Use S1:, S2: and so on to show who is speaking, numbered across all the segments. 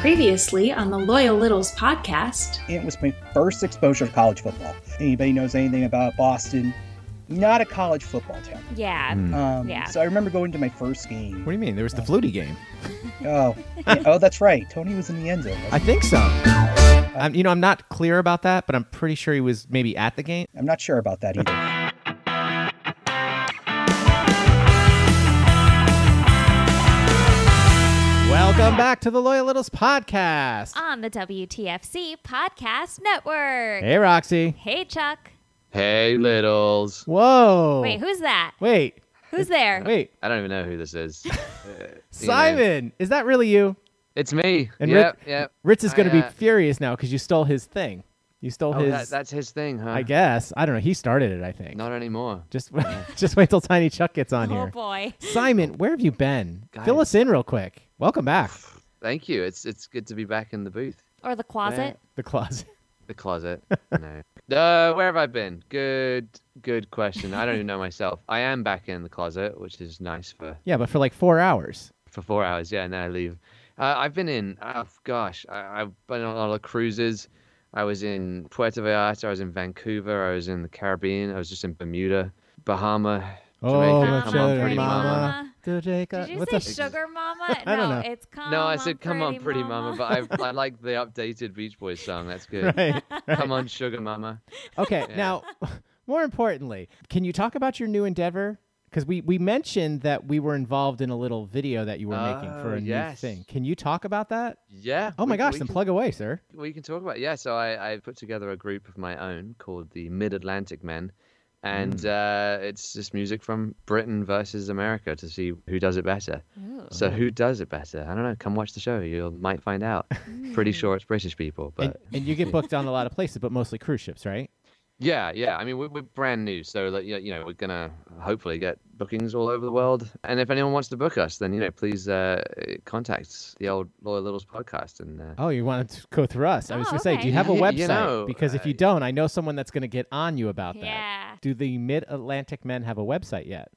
S1: previously on the Loyal Littles podcast.
S2: It was my first exposure to college football. Anybody knows anything about Boston? Not a college football town.
S3: Yeah.
S4: Mm.
S2: Um,
S3: Yeah.
S2: So I remember going to my first game.
S4: What do you mean? There was the Flutie game.
S2: Oh, yeah, oh, that's right. Tony was in the end zone.
S4: I think so. I'm, you know, I'm not clear about that, but I'm pretty sure he was maybe at the game.
S2: I'm not sure about that either.
S4: Welcome back to the Loyal Littles podcast.
S3: On the WTFC Podcast Network.
S4: Hey, Roxy.
S3: Hey, Chuck.
S5: Hey,
S4: Hmm.
S5: Littles.
S4: Whoa.
S3: Wait, who's that?
S4: Wait.
S3: Who's there?
S4: Wait.
S5: I don't even know who this is. Uh, you know.
S4: Simon, is that really you?
S5: It's me.
S4: And
S5: yep,
S4: Rick-
S5: yep.
S4: Ritz is
S5: I,
S4: going to be
S5: uh,
S4: furious now because you stole his thing. You stole
S5: Oh,
S4: his.
S5: that, that's his thing, huh?
S4: I guess. I don't know. He started it, I think.
S5: Not anymore.
S4: Just, just wait till Tiny Chuck gets on
S3: Oh
S4: here.
S3: boy.
S4: Simon, where have you been? Fill
S5: Guys.
S4: us in real quick. Welcome back.
S5: Thank you. It's it's good to be back in the booth,
S3: Or the closet.
S4: The closet.
S5: the closet. no. Uh, where have I been? Good, good question. I don't even know myself. I am back in the closet, which is nice for
S4: Yeah, but for like four hours.
S5: for four hours. Yeah, and then I leave. Uh, I've been in, oh gosh, I, I've been on a lot of cruises. I was in Puerto Vallarta, I was in Vancouver, I was in the Caribbean, I was just in Bermuda, Bahama.
S4: Oh,
S5: Jamaica.
S4: my
S3: Come on,
S4: sugar
S3: pretty
S4: mama.
S3: mama.
S4: Do Jacob-
S3: Did you
S4: What's
S3: say
S4: up?
S3: sugar mama?
S4: I don't
S3: no,
S4: know.
S3: it's come
S5: No, I
S3: on
S5: said, come on, pretty mama, but I, I like the updated Beach Boys song. That's good.
S4: Right.
S5: Come on, sugar mama.
S4: Okay.
S5: Yeah.
S4: Now, more importantly, can you talk about your new endeavor? Because we, we mentioned that we were involved in a little video that you were making for
S5: Oh,
S4: a
S5: yes.
S4: new thing. Can you talk about that?
S5: Yeah.
S4: Oh my
S5: we-
S4: gosh,
S5: we
S4: then
S5: can-
S4: plug away, sir.
S5: we can talk about yeah so i, I put together a group of my own called the mid-atlantic men and
S4: Mm.
S5: uh, it's just music from britain versus america to see who does it better so who does it better i don't know come watch the show you might find out pretty sure it's british people but
S4: And, and you get booked on a lot of places, but mostly cruise ships, right?
S5: yeah yeah i mean we're, we're brand new so like you know- you know we're gonna hopefully get bookings all over the world and if anyone wants to book us then you know please uh, contact the old loyal littles podcast and uh,
S4: Oh, you want to go through us? I was
S3: Oh,
S4: going to say, do
S3: okay.
S4: you have a
S5: Y-
S4: website?
S5: you know,
S4: because if
S5: uh,
S4: you don't, I know someone that's going to get on you about that.
S3: Yeah.
S4: Do the Mid Atlantic Men have a website yet?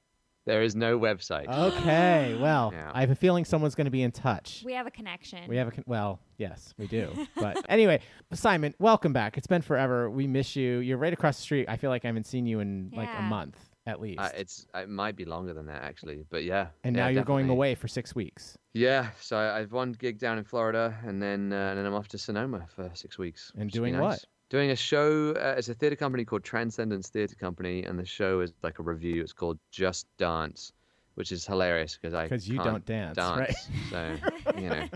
S5: there is no website
S4: Okay. Well,
S5: Yeah.
S4: I have a feeling someone's going to be in touch.
S3: We have a connection.
S4: We have a con- well, yes, we do. But anyway, Simon, welcome back. It's been forever. We miss you. You're right across the street. I feel like I haven't seen you in like a
S3: Yeah.
S4: month at least.
S5: Uh, it's it might be longer than that actually, but yeah.
S4: and
S5: yeah,
S4: now you're going
S5: definitely.
S4: away for six weeks.
S5: Yeah, so I, I've one gig down in Florida, and then uh, and then I'm off to Sonoma for six weeks.
S4: And
S5: which would be
S4: doing
S5: nice.
S4: what?
S5: Doing a show. Uh, it's a theater company called Transcendence Theater Company, and the show is like a review. It's called Just Dance, which is hilarious because I
S4: 'Cause you don't
S5: can't
S4: dance,
S5: dance, So you know,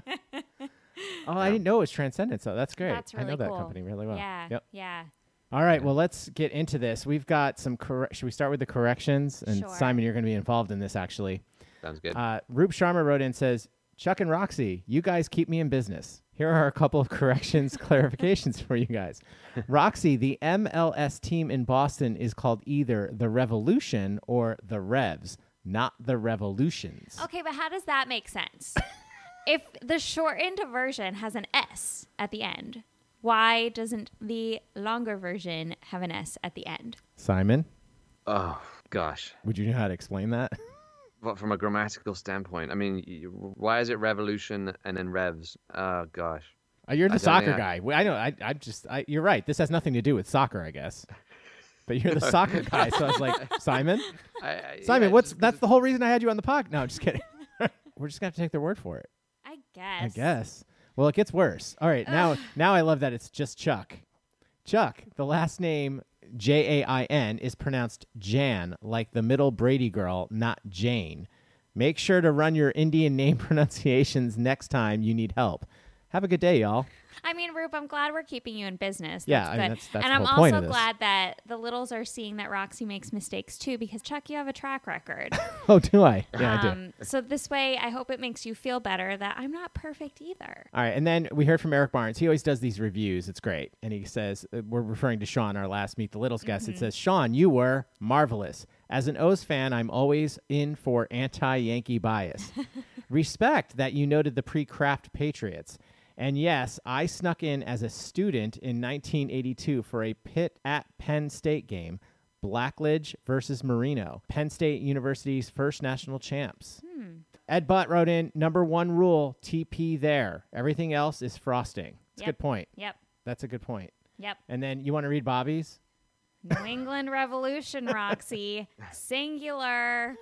S4: Oh, I
S5: Yeah.
S4: didn't know it was Transcendence. though. that's great.
S3: That's
S4: I
S3: really
S4: know that
S3: cool.
S4: company really well.
S3: Yeah.
S4: Yep.
S3: Yeah.
S4: All right. Well, let's get into this. We've got some. Corre- Should we start with the corrections? And
S3: Sure.
S4: Simon, you're going to be involved in this actually.
S5: sounds good.
S4: Uh, Rube Sharma wrote in says, Chuck and Roxy, you guys keep me in business. Here are a couple of corrections, clarifications for you guys. Roxy, the MLS team in Boston is called either the Revolution or the Revs, not the Revolutions.
S3: Okay, but how does that make sense? if the shortened version has an S at the end, why doesn't the longer version have an S at the end?
S4: Simon,
S5: oh gosh,
S4: would you know how to explain that?
S5: but from a grammatical standpoint, I mean, y- y- why is it revolution and then revs? Oh gosh.
S4: Uh, you're the
S5: don't
S4: soccer
S5: know.
S4: guy. Well, I know. I, I'm just. I, you're right. This has nothing to do with soccer, I guess. But you're the soccer guy, so I was like, Simon,
S5: I, I,
S4: Simon,
S5: yeah,
S4: what's
S5: just-
S4: that's the whole reason I had you on the podcast. No, I'm just kidding. We're just gonna have to take their word for it.
S3: I guess.
S4: I guess. Well, it gets worse. All right, now now I love that it's just Chuck. Chuck, the last name J A I N is pronounced Jan, like the middle Brady girl, not Jane. Make sure to run your Indian name pronunciations next time you need help. Have a good day, y'all.
S3: I mean, Rube, I'm glad we're keeping you in business.
S4: Yeah,
S3: That's
S4: I mean,
S3: good.
S4: that's- that's
S3: and
S4: the
S3: I'm
S4: whole point
S3: also
S4: of this.
S3: glad that the littles are seeing that Roxy makes mistakes too, because Chuck, you have a track record.
S4: Oh, do I? Yeah, I do.
S3: Um, so this way, I hope it makes you feel better that I'm not perfect either.
S4: All right, and then we heard from Eric Barnes. He always does these reviews. It's great. And he says, uh, we're referring to Sean, our last Meet the Littles guest. It says, Sean, you were marvelous. As an O's fan, I'm always in for anti Yankee bias. Respect that you noted the pre craft Patriots. And yes, I snuck in as a student in 1982 for a pit at Penn State game, Blackledge versus Marino, Penn State University's first national champs. Ed Butt wrote in number one rule: TP there. Everything else is frosting. That's a
S3: Yep.
S4: good point.
S3: Yep.
S4: That's a good point.
S3: Yep.
S4: And then you want to read Bobby's?
S3: New England Revolution, Roxy. Singular.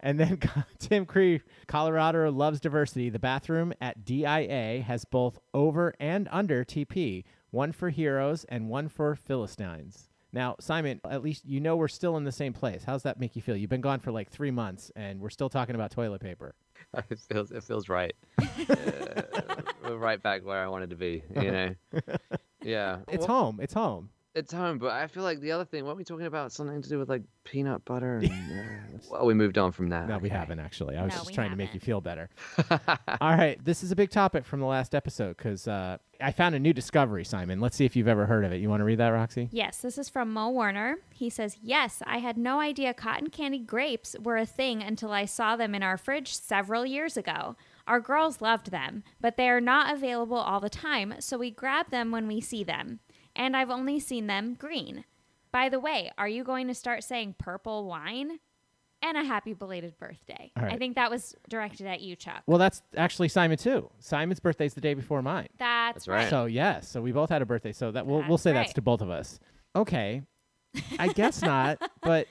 S4: And then Tim Cree, Colorado loves diversity. The bathroom at DIA has both over and under TP, one for heroes and one for Philistines. Now, Simon, at least you know we're still in the same place. How's that make you feel? You've been gone for like three months and we're still talking about toilet paper.
S5: It feels it feels right. Uh, we're right back where I wanted to be. You know. Yeah.
S4: It's
S5: Well,
S4: home. It's home.
S5: It's home, but I feel like the other thing. Weren't we talking about something to do with like peanut butter? And, uh, well, we moved on from that.
S4: No, we
S5: Uh, okay.
S4: haven't actually. I was
S3: No,
S4: just
S3: we
S4: trying to make you
S3: haven't.
S4: feel better. All right. This is a big topic from the last episode because uh, I found a new discovery, Simon. Let's see if you've ever heard of it. You want to read that, Roxy?
S3: Yes, this is from Mo Warner. He says, Yes, I had no idea cotton candy grapes were a thing until I saw them in our fridge several years ago. Our girls loved them, but they are not available all the time, so we grab them when we see them. And I've only seen them green. By the way, are you going to start saying purple wine? And a happy belated birthday.
S4: All
S3: I
S4: right.
S3: think that was directed at you, Chuck.
S4: Well, that's actually Simon too. Simon's birthday's the day before mine.
S3: that's,
S5: That's right.
S4: So yes, so we both had a birthday. So that we'll we'll
S3: That's
S4: say
S3: right.
S4: that's to both of us. Okay, I guess not. But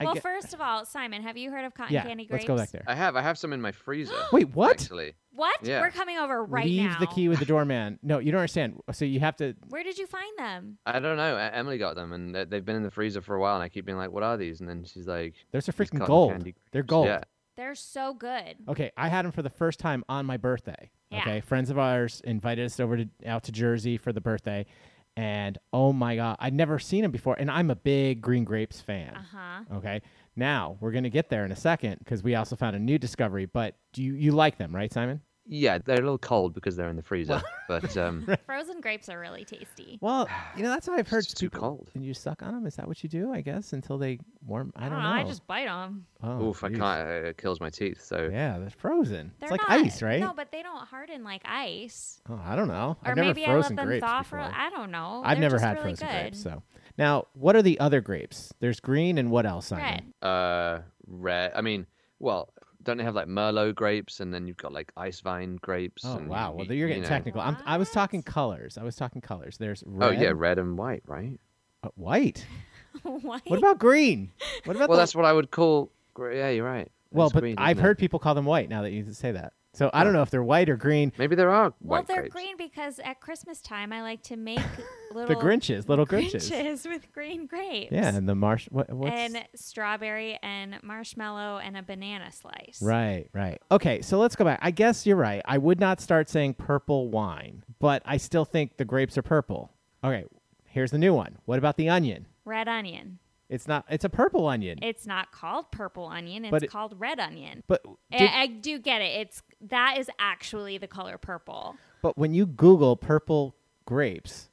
S4: I
S3: Well,
S4: gue-
S3: first of all, Simon, have you heard of cotton
S4: yeah,
S3: candy grapes?
S4: let's go back there.
S5: I have. I have some in my freezer.
S4: Wait, what?
S5: Actually,
S3: What?
S5: Yeah.
S3: We're coming over right
S4: Leave
S3: now.
S4: the key with the doorman. No, you don't understand. So you have to.
S3: Where did you find them?
S5: I don't know. E- Emily got them, and they- they've been in the freezer for a while. And I keep being like, "What are these?" And then she's like,
S4: There's a
S5: These
S4: freaking
S5: cotton
S4: gold.
S5: candy
S4: They're
S5: grapes.
S4: gold.
S5: Yeah.
S3: They're so good.
S4: Okay, I had them for the first time on my birthday.
S3: Yeah.
S4: Okay, friends of ours invited us over to out to Jersey for the birthday, and oh my god, I'd never seen them before. And I'm a big green grapes fan.
S3: Uh huh.
S4: Okay. Now we're gonna get there in a second because we also found a new discovery. But do you you like them, right, Simon?
S5: Yeah, they're a little cold because they're in the freezer, but um,
S3: Frozen grapes are really tasty.
S4: Well, you know that's what I've
S5: heard just too people- cold.
S4: And you suck on them? Is that what you do? I guess until they warm. I don't, know.
S3: I just bite them.
S4: oh,
S5: oof, I
S4: geez.
S5: can't. uh, It kills my teeth. So
S4: Yeah, they're frozen.
S3: They're
S4: it's like
S3: not-
S4: ice, right?
S3: No, but they don't harden like ice.
S4: oh, I don't know.
S3: Or
S4: I've never
S3: maybe I let
S4: frozen
S3: them
S4: grapes
S3: thaw for.
S4: before.
S3: I don't know.
S4: I've
S3: Oh, They're
S4: never
S3: just
S4: had
S3: really
S4: frozen
S3: good.
S4: grapes. So now, what are the other grapes? There's green and what else? Simon?
S3: Red.
S5: uh, red. I mean, well, don't they have like Merlot grapes, and then you've got like ice vine grapes?
S4: Oh
S5: and
S4: wow! Well,
S5: you-
S4: you're
S5: you
S4: getting
S5: know-
S4: technical. I'm, I was
S3: What?
S4: talking colors. I was talking colors. There's red.
S5: Oh yeah, red and white, right?
S4: uh, white.
S3: what?
S4: What about green? What about
S5: Well,
S4: the-
S5: that's what I would call. gr- Yeah, you're right.
S4: Well,
S5: It's
S4: but
S5: green, isn't
S4: I've
S5: it?
S4: heard people call them white now that you say that. So I don't know if they're white or green.
S5: Maybe there are
S3: well,
S5: white
S3: they're
S5: grapes.
S3: green because at Christmas time I like to make little
S4: The Grinches, little Grinches.
S3: Grinches. with green grapes.
S4: Yeah, and the marsh. What, what's
S3: And strawberry and marshmallow and a banana slice.
S4: right? Right. Okay, so let's go back. I guess you're right. I would not start saying purple wine, but I still think the grapes are purple. Okay, here's the new one. What about the onion?
S3: Red onion.
S4: It's not. It's a purple onion.
S3: It's not called purple onion. It's
S4: But it-
S3: called red onion.
S4: but
S3: I-
S4: did-
S3: I do get it. It's that is actually the color purple
S4: but when you Google purple grapes,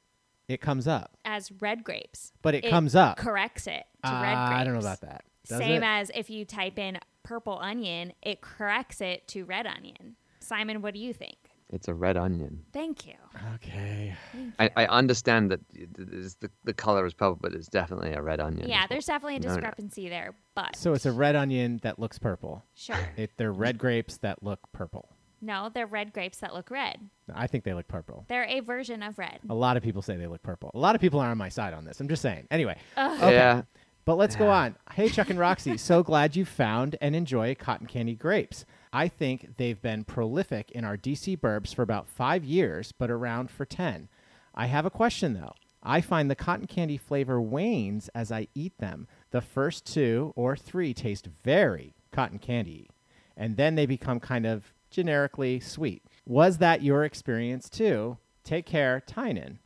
S4: it comes up.
S3: as red grapes.
S4: But it comes up.
S3: Corrects it to
S4: Ah,
S3: red grapes.
S4: I don't know about that. Does
S3: Same
S4: it?
S3: as if you type in purple onion, it corrects it to red onion. Simon, what do you think?
S5: It's a red onion.
S3: Thank you.
S4: okay.
S5: I, I understand that it- it is- the the color is purple, but it's definitely a red onion.
S3: Yeah,
S5: is what-
S3: there's definitely a
S5: No, no.
S3: discrepancy there, but
S4: So it's a red onion that looks purple.
S3: sure.
S4: It, they're red grapes that look purple.
S3: No, they're red grapes that look red.
S4: I think they look purple.
S3: They're a version of red.
S4: A lot of people say they look purple. A lot of people are on my side on this. I'm just saying. Anyway,
S5: Yeah,
S4: but let's go on. Hey, Chuck and Roxy, so glad you found and enjoy cotton candy grapes. I think they've been prolific in our DC burbs for about five years, but around for 10. I have a question, though. I find the cotton candy flavor wanes as I eat them. The first two or three taste very cotton candy, and then they become kind of generically sweet. Was that your experience, too? Take care, Tynan.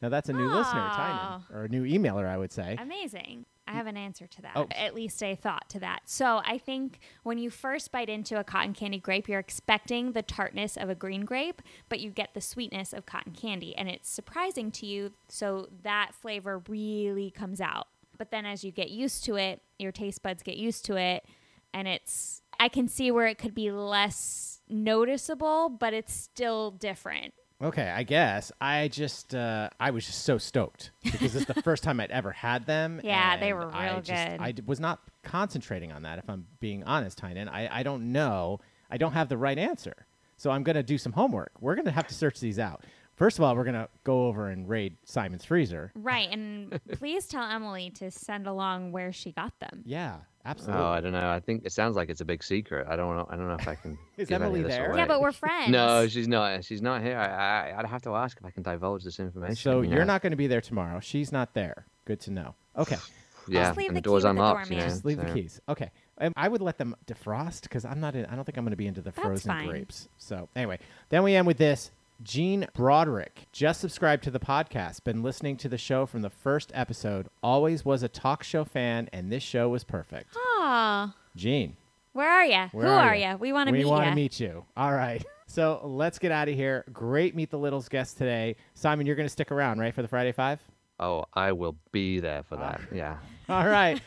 S4: Now, that's a new listener, Tynan,
S3: Aw.
S4: or a new emailer, I would say.
S3: Amazing. I have an answer to that.
S4: Oh.
S3: At least a thought to that. So I think when you first bite into a cotton candy grape, you're expecting the tartness of a green grape, but you get the sweetness of cotton candy, and it's surprising to you. So that flavor really comes out. But then as you get used to it, your taste buds get used to it, and it's. I can see where it could be less noticeable, but it's still different.
S4: Okay, I guess I just uh, I was just so stoked because it's the first time I'd ever had them.
S3: Yeah, they
S4: and
S3: were
S4: I
S3: real
S4: just,
S3: good.
S4: I d- was not concentrating on that. If I'm being honest, Tynan, I I don't know. I don't have the right answer, so I'm gonna do some homework. We're gonna have to search these out. First of all, we're gonna go over and raid Simon's freezer.
S3: Right, and please tell Emily to send along where she got them.
S4: Yeah, absolutely.
S5: Oh, I don't know. I think it sounds like it's a big secret. I don't know. I don't know if I can.
S4: Is
S5: give any
S4: Emily
S5: of this
S4: there?
S5: away.
S4: Right.
S3: Yeah, but we're friends.
S5: No, she's not. She's not here. I, I, I'd have to ask if I can divulge this information.
S4: so
S5: you
S4: you're
S5: know.
S4: not gonna be there tomorrow. She's not there. Good to know. Okay.
S5: Yeah,
S3: leave
S5: and
S3: the key
S5: the door's
S3: with the
S5: unlocked. you
S3: doorman.
S5: know,
S4: Just leave the
S5: so-
S4: keys. Okay. And I would let them defrost because I'm not. In, I don't think I'm going to be into the
S3: That's
S4: frozen
S3: fine.
S4: grapes. So anyway, then we end with this. Gene Broderick just subscribed to the podcast. Been listening to the show from the first episode. Always was a talk show fan, and this show was perfect.
S3: Aw,
S4: Gene,
S3: where are you? Who
S4: where
S3: are
S4: ya?
S3: you? We want to meet
S4: We want to
S3: you.
S4: meet you. All right. So let's get out of here. Great meet the littles guest today, Simon. You're going to stick around, right, for the Friday Five?
S5: Oh, I will be there for that. Yeah.
S4: All right.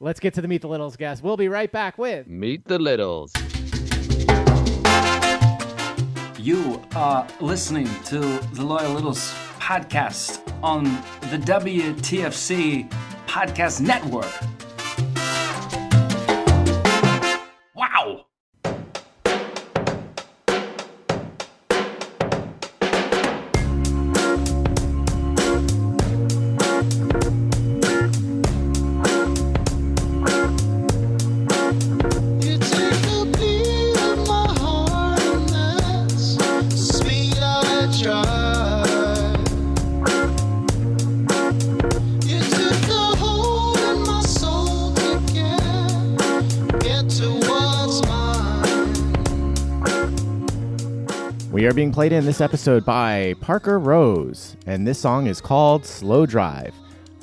S4: let's get to the meet the littles guest. We'll be right back with.
S5: Meet the Littles.
S6: You are listening to the Loyal Littles podcast on the WTFC Podcast Network. Wow.
S7: You take the beat of my heart and that's the speed I drive. You took the whole in my soul to get get to what's mine.
S4: We are being played in this episode by Parker Rose, and this song is called Slow Drive.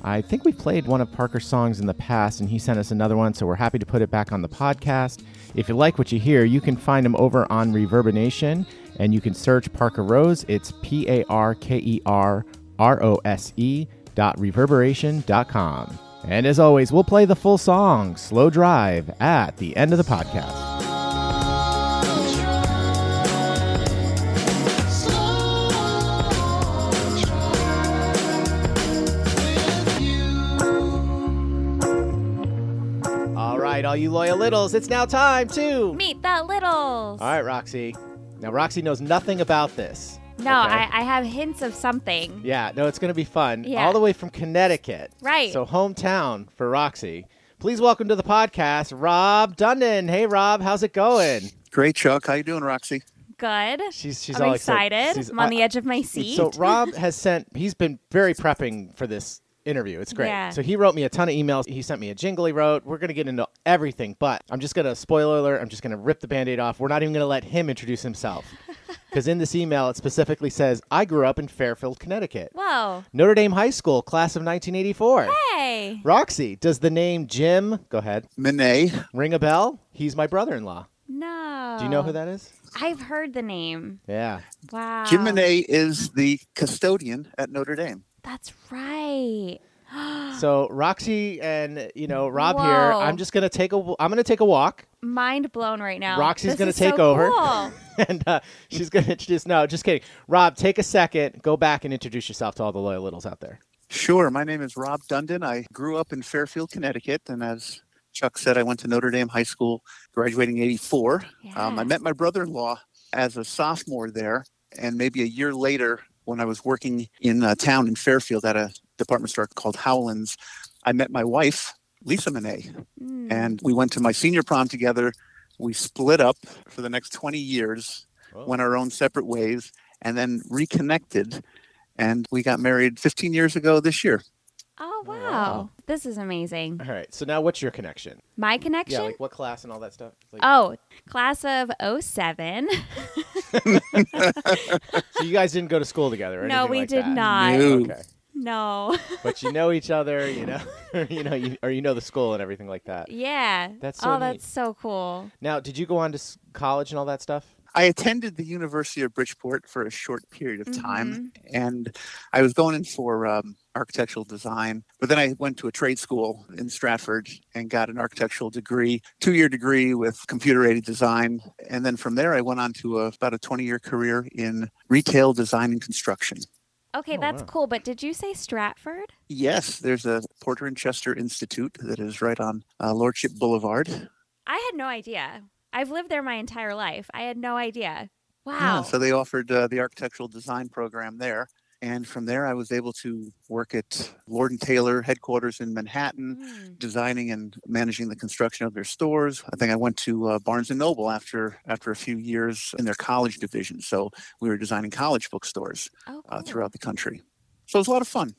S4: I think we played one of Parker's songs in the past, and he sent us another one, so we're happy to put it back on the podcast. If you like what you hear, you can find him over on Reverbination, and you can search Parker Rose. It's P A R K E R R O S E dot reverberation dot com. And as always, we'll play the full song, Slow Drive, at the end of the podcast.
S7: Slow drive with you.
S4: All right, all you loyal littles, it's now time to
S3: Meet the Littles.
S4: All right, Roxy. Now, Roxy knows nothing about this.
S3: No,
S4: okay?
S3: I, I have hints of something.
S4: Yeah, no, it's going to be fun.
S3: Yeah.
S4: All the way from Connecticut.
S3: Right.
S4: So, hometown for Roxy. Please welcome to the podcast, Rob Dundon. Hey, Rob, how's it going?
S8: Great, Chuck. How you doing, Roxy?
S3: Good.
S4: She's she's
S3: I'm
S4: all
S3: excited.
S4: She's-
S3: I'm on
S4: I-
S3: the edge of my seat.
S4: So Rob has sent. He's been very prepping for this interview. It's great.
S3: Yeah.
S4: So he wrote me a ton of emails. He sent me a jingle he wrote. We're gonna get into everything, but I'm just gonna spoiler alert. I'm just gonna rip the band-aid off. We're not even gonna let him introduce himself, because in this email it specifically says, "I grew up in Fairfield, Connecticut,
S3: Whoa.
S4: Notre Dame High School, class of 1984."
S3: Hey.
S4: Roxy, does the name Jim go ahead
S8: Minay.
S4: ring a bell? He's my brother-in-law.
S3: No.
S4: Do you know
S3: Oh.
S4: who that is?
S3: I've heard the name.
S4: Yeah.
S3: Wow.
S8: Jim Minay is the custodian at Notre Dame.
S3: That's right.
S4: So Roxy and you know Rob
S3: Whoa.
S4: here. I'm just gonna take a. w- I'm gonna take a walk,
S3: Mind blown right now.
S4: Roxy's
S3: This
S4: gonna
S3: is
S4: take
S3: so
S4: over.
S3: cool.
S4: and uh, she's gonna introduce. No, just kidding. Rob, take a second. Go back and introduce yourself to all the loyal littles out there.
S8: Sure. My name is Rob Dundon. I grew up in Fairfield, Connecticut. And as Chuck said, I went to Notre Dame High School, graduating in 84. Um,
S3: Yeah.
S8: I met my brother in law as a sophomore there. And maybe a year later, when I was working in a town in Fairfield at a department store called Howland's, I met my wife, Lisa Minay.
S3: Mm.
S8: and we went to my senior prom together. We split up for the next 20 years,
S4: Whoa.
S8: went our own separate ways, and then reconnected. And we got married 15 years ago this year.
S3: Oh wow.
S4: wow.
S3: This is amazing.
S4: All right. So now, what's your connection?
S3: My connection?
S4: Yeah, like what class and all that stuff. Like,
S3: oh, class of 07.
S4: so you guys didn't go to school together, or
S3: no,
S4: anything
S3: we
S4: like
S3: did
S4: that?
S3: not.
S8: No.
S4: Okay.
S3: No.
S4: but you know each other, you know, you know, you, or you know the school and everything like that.
S3: Yeah.
S4: That's
S3: oh,
S4: so neat.
S3: that's so cool.
S4: Now, did you go on to s- college and all that stuff?
S8: I attended the University of Bridgeport for a short period of time, and I was going in for um, architectural design. But then I went to a trade school in Stratford and got an architectural degree, two-year degree with computer-aided design, and then from there I went on to a, about a 20-year career in retail design and construction.
S3: Okay,
S4: Oh,
S3: that's
S4: wow.
S3: cool. But did you say Stratford?
S8: Yes, there's a Porter and Chester Institute that is right on uh, Lordship Boulevard.
S3: I had no idea. I've lived there my entire life. I had no idea.
S8: Yeah,
S3: Wow.
S8: so they offered uh, the architectural design program there. And from there, I was able to work at Lord and Taylor headquarters in Manhattan,
S3: Mm.
S8: designing and managing the construction of their stores. I think I went to uh, Barnes and Noble after after a few years in their college division. So we were designing college bookstores
S3: Oh,
S8: uh,
S3: cool.
S8: throughout the country. So it was a lot of fun.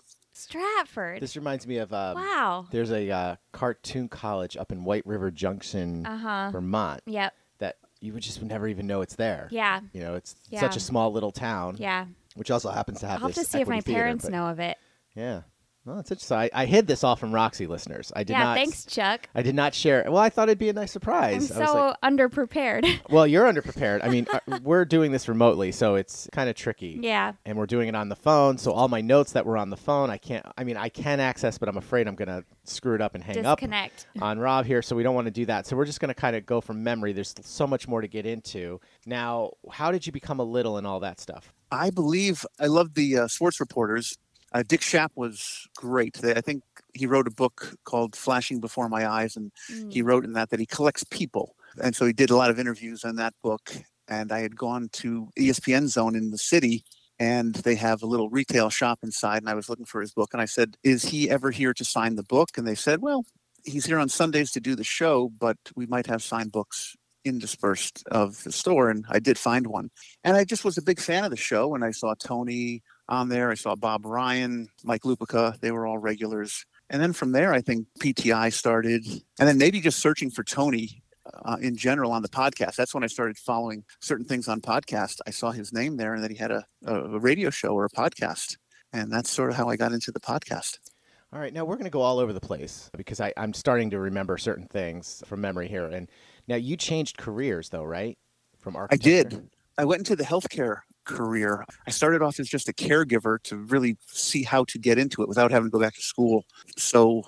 S3: Stratford.
S4: This reminds me of um,
S3: wow.
S4: there's a uh, cartoon college up in White River Junction,
S3: Uh huh.
S4: Vermont,
S3: Yep.
S4: that you would just would never even know it's there.
S3: Yeah.
S4: You know, it's
S3: Yeah.
S4: such a small little town,
S3: Yeah.
S4: which also happens to have
S3: I'll have
S4: this
S3: to see if
S4: Equity
S3: my
S4: Theater,
S3: parents
S4: but-
S3: know of it.
S4: Yeah. Well, it's interesting. I, I hid this all from Roxy listeners. I did
S3: Yeah.
S4: not.
S3: Thanks, Chuck.
S4: I did not share. it. Well, I thought it'd be a nice
S3: I'm
S4: surprise. I was
S3: so
S4: like,
S3: underprepared.
S4: well, you're underprepared. I mean, uh, we're doing this remotely, so it's kind of tricky.
S3: yeah.
S4: And we're doing it on the phone, so all my notes that were on the phone, I can't. I mean, I can access, but I'm afraid I'm gonna screw it up and hang up
S3: Disconnect.
S4: on Rob here, so we don't want to do that. So we're just gonna kind of go from memory. There's so much more to get into. Now, how did you become a little and all that stuff?
S8: I believe I love the uh, sports reporters. Uh, Dick Schapp was great. They, I think he wrote a book called "Flashing Before My Eyes," and
S3: Mm.
S8: he wrote in that that he collects people and so he did a lot of interviews on that book and i had gone to E espn zone in the city and they have a little retail shop inside and i was looking for his book and i said is he ever here to sign the book and they said well he's here on sundays to do the show but we might have signed books indispersed of the store and i did find one and i just was a big fan of the show and i saw tony on there i saw bob ryan mike lupica they were all regulars and then from there, I think PTI started, and then maybe just searching for Tony uh, in general on the podcast. That's when I started following certain things on podcast. I saw his name there, and that he had a, a radio show or a podcast, and that's sort of how I got into the podcast.
S4: All right, now we're going to go all over the place because I, I'm starting to remember certain things from memory here. And now you changed careers, though, right? From
S8: I
S4: architecture.
S8: did. I went into the healthcare career. I started off as just a caregiver to really see how to get into it without having to go back to school. So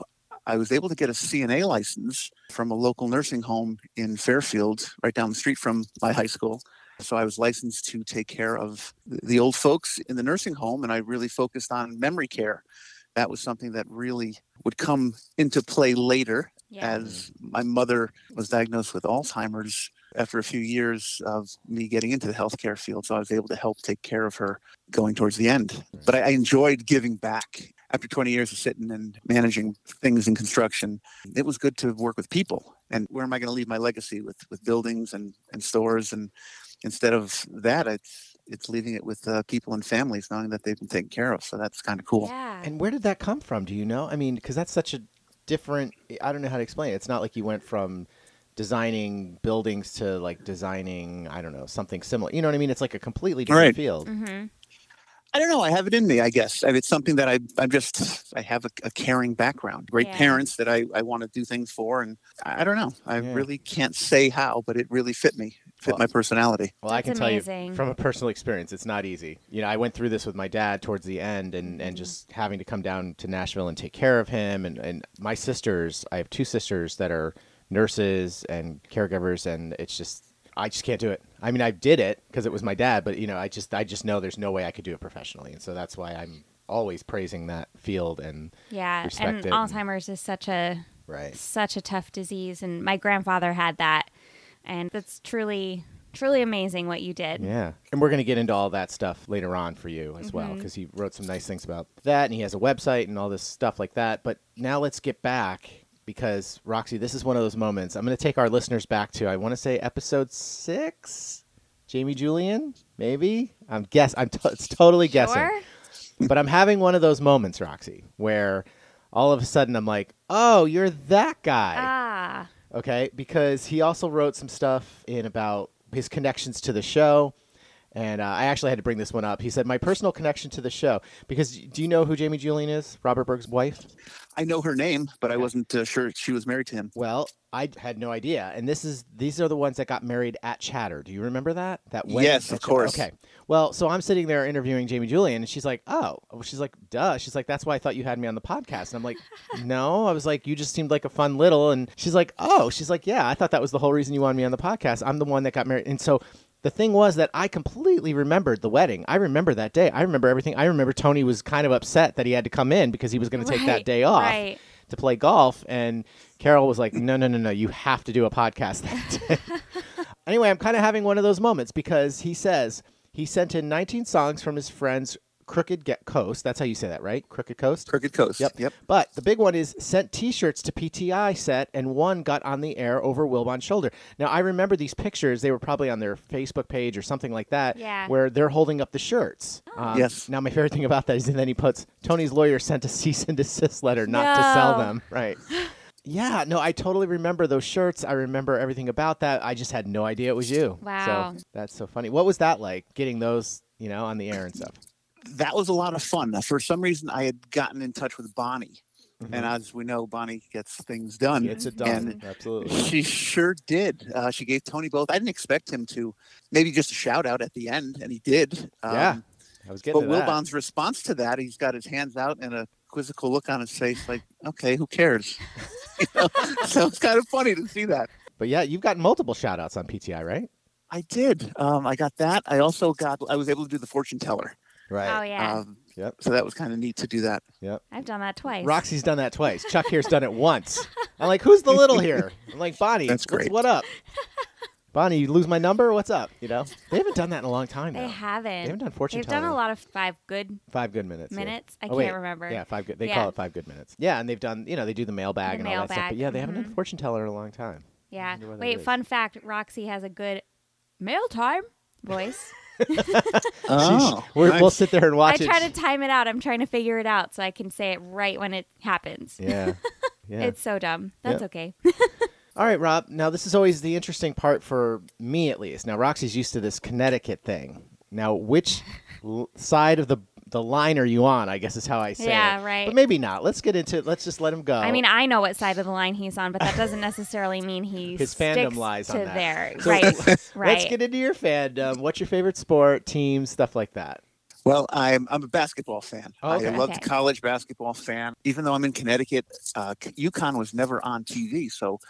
S8: I was able to get a CNA license from a local nursing home in Fairfield, right down the street from my high school. So I was licensed to take care of th- the old folks in the nursing home, and I really focused on memory care. That was something that really would come into play later
S3: Yeah.
S8: as my mother was diagnosed with Alzheimer's after a few years of me getting into the healthcare field. So I was able to help take care of her going towards the end. But I, I enjoyed giving back. After 20 years of sitting and managing things in construction, it was good to work with people. And where am I going to leave my legacy with with buildings and and stores? And instead of that, it's it's leaving it with uh, people and families, knowing that they've been taken care of. So that's kind of cool.
S3: Yeah.
S4: And where did that come from? Do you know? I mean, because that's such a different, I don't know how to explain it. It's not like you went from designing buildings to like designing, I don't know, something similar. You know what I mean? It's like a completely different
S8: Right.
S4: field.
S3: hmm
S8: I don't know. I have it in me, I guess. I mean, it's something that I, I'm just, I have a, a caring background. Great
S3: Yeah.
S8: parents that I, I want to do things for. And I I don't know. I
S4: Yeah.
S8: really can't say how, but it really fit me, fit
S4: Well,
S8: my personality.
S4: Well, I
S3: That's
S4: can tell
S3: amazing.
S4: you from a personal experience, it's not easy. You know, I went through this with my dad towards the end and,
S3: Mm-hmm.
S4: and just having to come down to Nashville and take care of him. And, and my sisters, I have two sisters that are nurses and caregivers, and it's just, I just can't do it. I mean, I did it because it was my dad, but you know, I just, I just know there's no way I could do it professionally. And so that's why I'm always praising that field and,
S3: Yeah. And
S4: respect it.
S3: Alzheimer's is such a
S4: right.
S3: such a tough disease and my grandfather had that and that's truly truly amazing what you did
S4: Yeah. And we're going to get into all that stuff later on for you as well, 'cause well, because he wrote some nice things about that and he has a website and all this stuff like that. But now let's get back because, Roxy, this is one of those moments. I'm going to take our listeners back to, I want to say, episode six? Jamie Julian? Maybe? I'm guess. I'm t- it's totally guessing
S3: sure
S4: but I'm having one of those moments, Roxy, where all of a sudden I'm like, oh, you're that guy.
S3: ah
S4: okay? Because he also wrote some stuff in about his connections to the show And uh, I actually had to bring this one up. He said, My personal connection to the show, because do you know who Jamie Julian is? Robert Berg's wife?
S8: I know her name, but I wasn't uh, sure she was married to him.
S4: Well, I had no idea. And this is these are the ones that got married at Chatter. Do you remember that? That wedding
S8: Yes,
S4: at
S8: of
S4: Chatter.
S8: course.
S4: Okay. Well, so I'm sitting there interviewing Jamie Julian, and she's like, "Oh," she's like, "Duh." She's like, "That's why I thought you had me on the podcast." And I'm like, "No," I was like, "You just seemed like a fun little." And she's like, "Oh," she's like, "Yeah, I thought that was the whole reason you wanted me on the podcast. I'm the one that got married." And so. The thing was that I completely remembered the wedding. I remember that day. I remember everything. I remember Tony was kind of upset that he had to come in because he was going to take that
S3: Right,
S4: day off
S3: right.
S4: to play golf and carol was like no no no no you have to do a podcast that day anyway i'm kind of having one of those moments because he says he sent in 19 songs from his friends crooked Ge- coast that's how you say that right crooked coast
S8: Crooked Coast.
S4: Yep.
S8: Yep.
S4: But the big one is sent T-shirts to PTI set, and one got on the air over Wilbon's shoulder. Now I remember these pictures; they were probably on their Facebook page or something like that,
S3: Yeah. Oh.
S4: where they're holding up the shirts. Um,
S8: Yes.
S4: Now my favorite thing about that is then he puts Tony's lawyer sent a cease and desist letter not to sell
S3: No.
S4: them. Right. Yeah, no, I totally remember those shirts. I remember everything about that. I just had no idea it was you.
S3: Wow.
S4: So that's so funny. What was that like getting those, you know, on the air and stuff?
S8: That was a lot of fun. Now, For some reason, I had gotten in touch with Bonnie.
S4: Mm-hmm.
S8: And as we know, Bonnie gets things done.
S4: It's a
S8: And
S4: done. Absolutely.
S8: She sure did. Uh, she gave Tony both. I didn't expect him to. Maybe just a shout out at the end, and he did. Um,
S4: Yeah, I was getting
S8: But
S4: to that.
S8: Wilbon's response to that, he's got his hands out and a quizzical look on his face, like, "Okay, who cares?" You know? so it's kind of funny to see that.
S4: But yeah, you've got multiple shout outs on PTI, right?
S8: I did. Um, I got that. I also got. I was able to do the fortune teller.
S3: Oh yeah,
S8: Um,
S4: Yep.
S8: So that was kind of neat to do that.
S3: I've done that twice.
S4: Roxy's done that twice. Chuck here's done it once. I'm like, who's the little here? I'm like, Bonnie.
S8: That's
S4: what's-
S8: great.
S4: What up? Bonnie, you lose my number? What's up? You know? They haven't done that in a long time,
S3: They
S4: though.
S3: haven't.
S4: They haven't done fortune
S3: They've done a
S4: telling.
S3: lot of five good
S4: Five good minutes. yeah.
S3: minutes. I
S4: Oh,
S3: can't
S4: wait.
S3: remember.
S4: Yeah, five good. They
S3: Yeah.
S4: call it five good minutes. Yeah, and they've done, you know, they do the mailbag
S3: The
S4: and all that stuff.
S3: mailbag,
S4: But yeah, they haven't
S3: mhm.
S4: done fortune teller in a long time.
S3: Yeah.
S4: wonder why that
S3: Wait,
S4: is.
S3: fun fact Roxy has a good mail time voice.
S8: Oh,
S4: Sheesh. We're, We'll
S8: nice.
S4: sit there and watch
S3: I
S4: it.
S3: try to time it out. I'm trying to figure it out so I can say it right when it happens.
S4: yeah. Yeah.
S3: It's so dumb. That's okay.
S4: All right, Rob. Now this is always the interesting part for me, at least. Now Roxy's used to this Connecticut thing. Now, which l- side of the the line are you on? I guess is how I say it.
S3: Yeah, right.
S4: But maybe not. Let's get into. it. Let's just let him go.
S3: I mean, I know what side of the line he's on, but that doesn't necessarily mean he
S4: His fandom
S3: sticks
S4: lies
S3: to
S4: on that.
S3: there.
S4: So-
S3: right.
S4: let's
S3: right.
S4: get into your fandom. What's your favorite sport, teams, stuff like that?
S8: Well, I'm I'm a basketball fan.
S4: Oh, okay.
S8: I loved
S3: Okay.
S8: college basketball fan. Even though I'm in Connecticut, uh, UConn was never on TV, so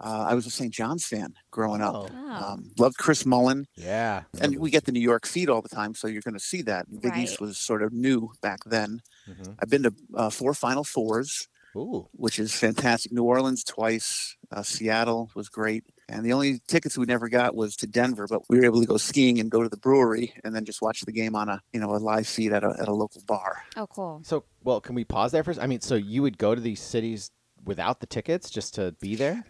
S8: uh, I was a St. John's fan growing up.
S4: Oh,
S3: Oh.
S8: Um, loved Chris Mullen,
S4: yeah.
S8: and we get the New York feed all the time, so you're going to see that. Big
S3: Right.
S8: East was sort of new back then.
S4: Mhm.
S8: I've been to uh, four Final Fours,
S4: Ooh.
S8: which is fantastic. New Orleans twice, uh, Seattle was great, and the only tickets we never got was to Denver. But we were able to go skiing and go to the brewery, and then just watch the game on a you know a live feed at a at a local bar.
S3: oh, cool.
S4: So, well, can we pause there first? I mean, so you would go to these cities without the tickets just to be there?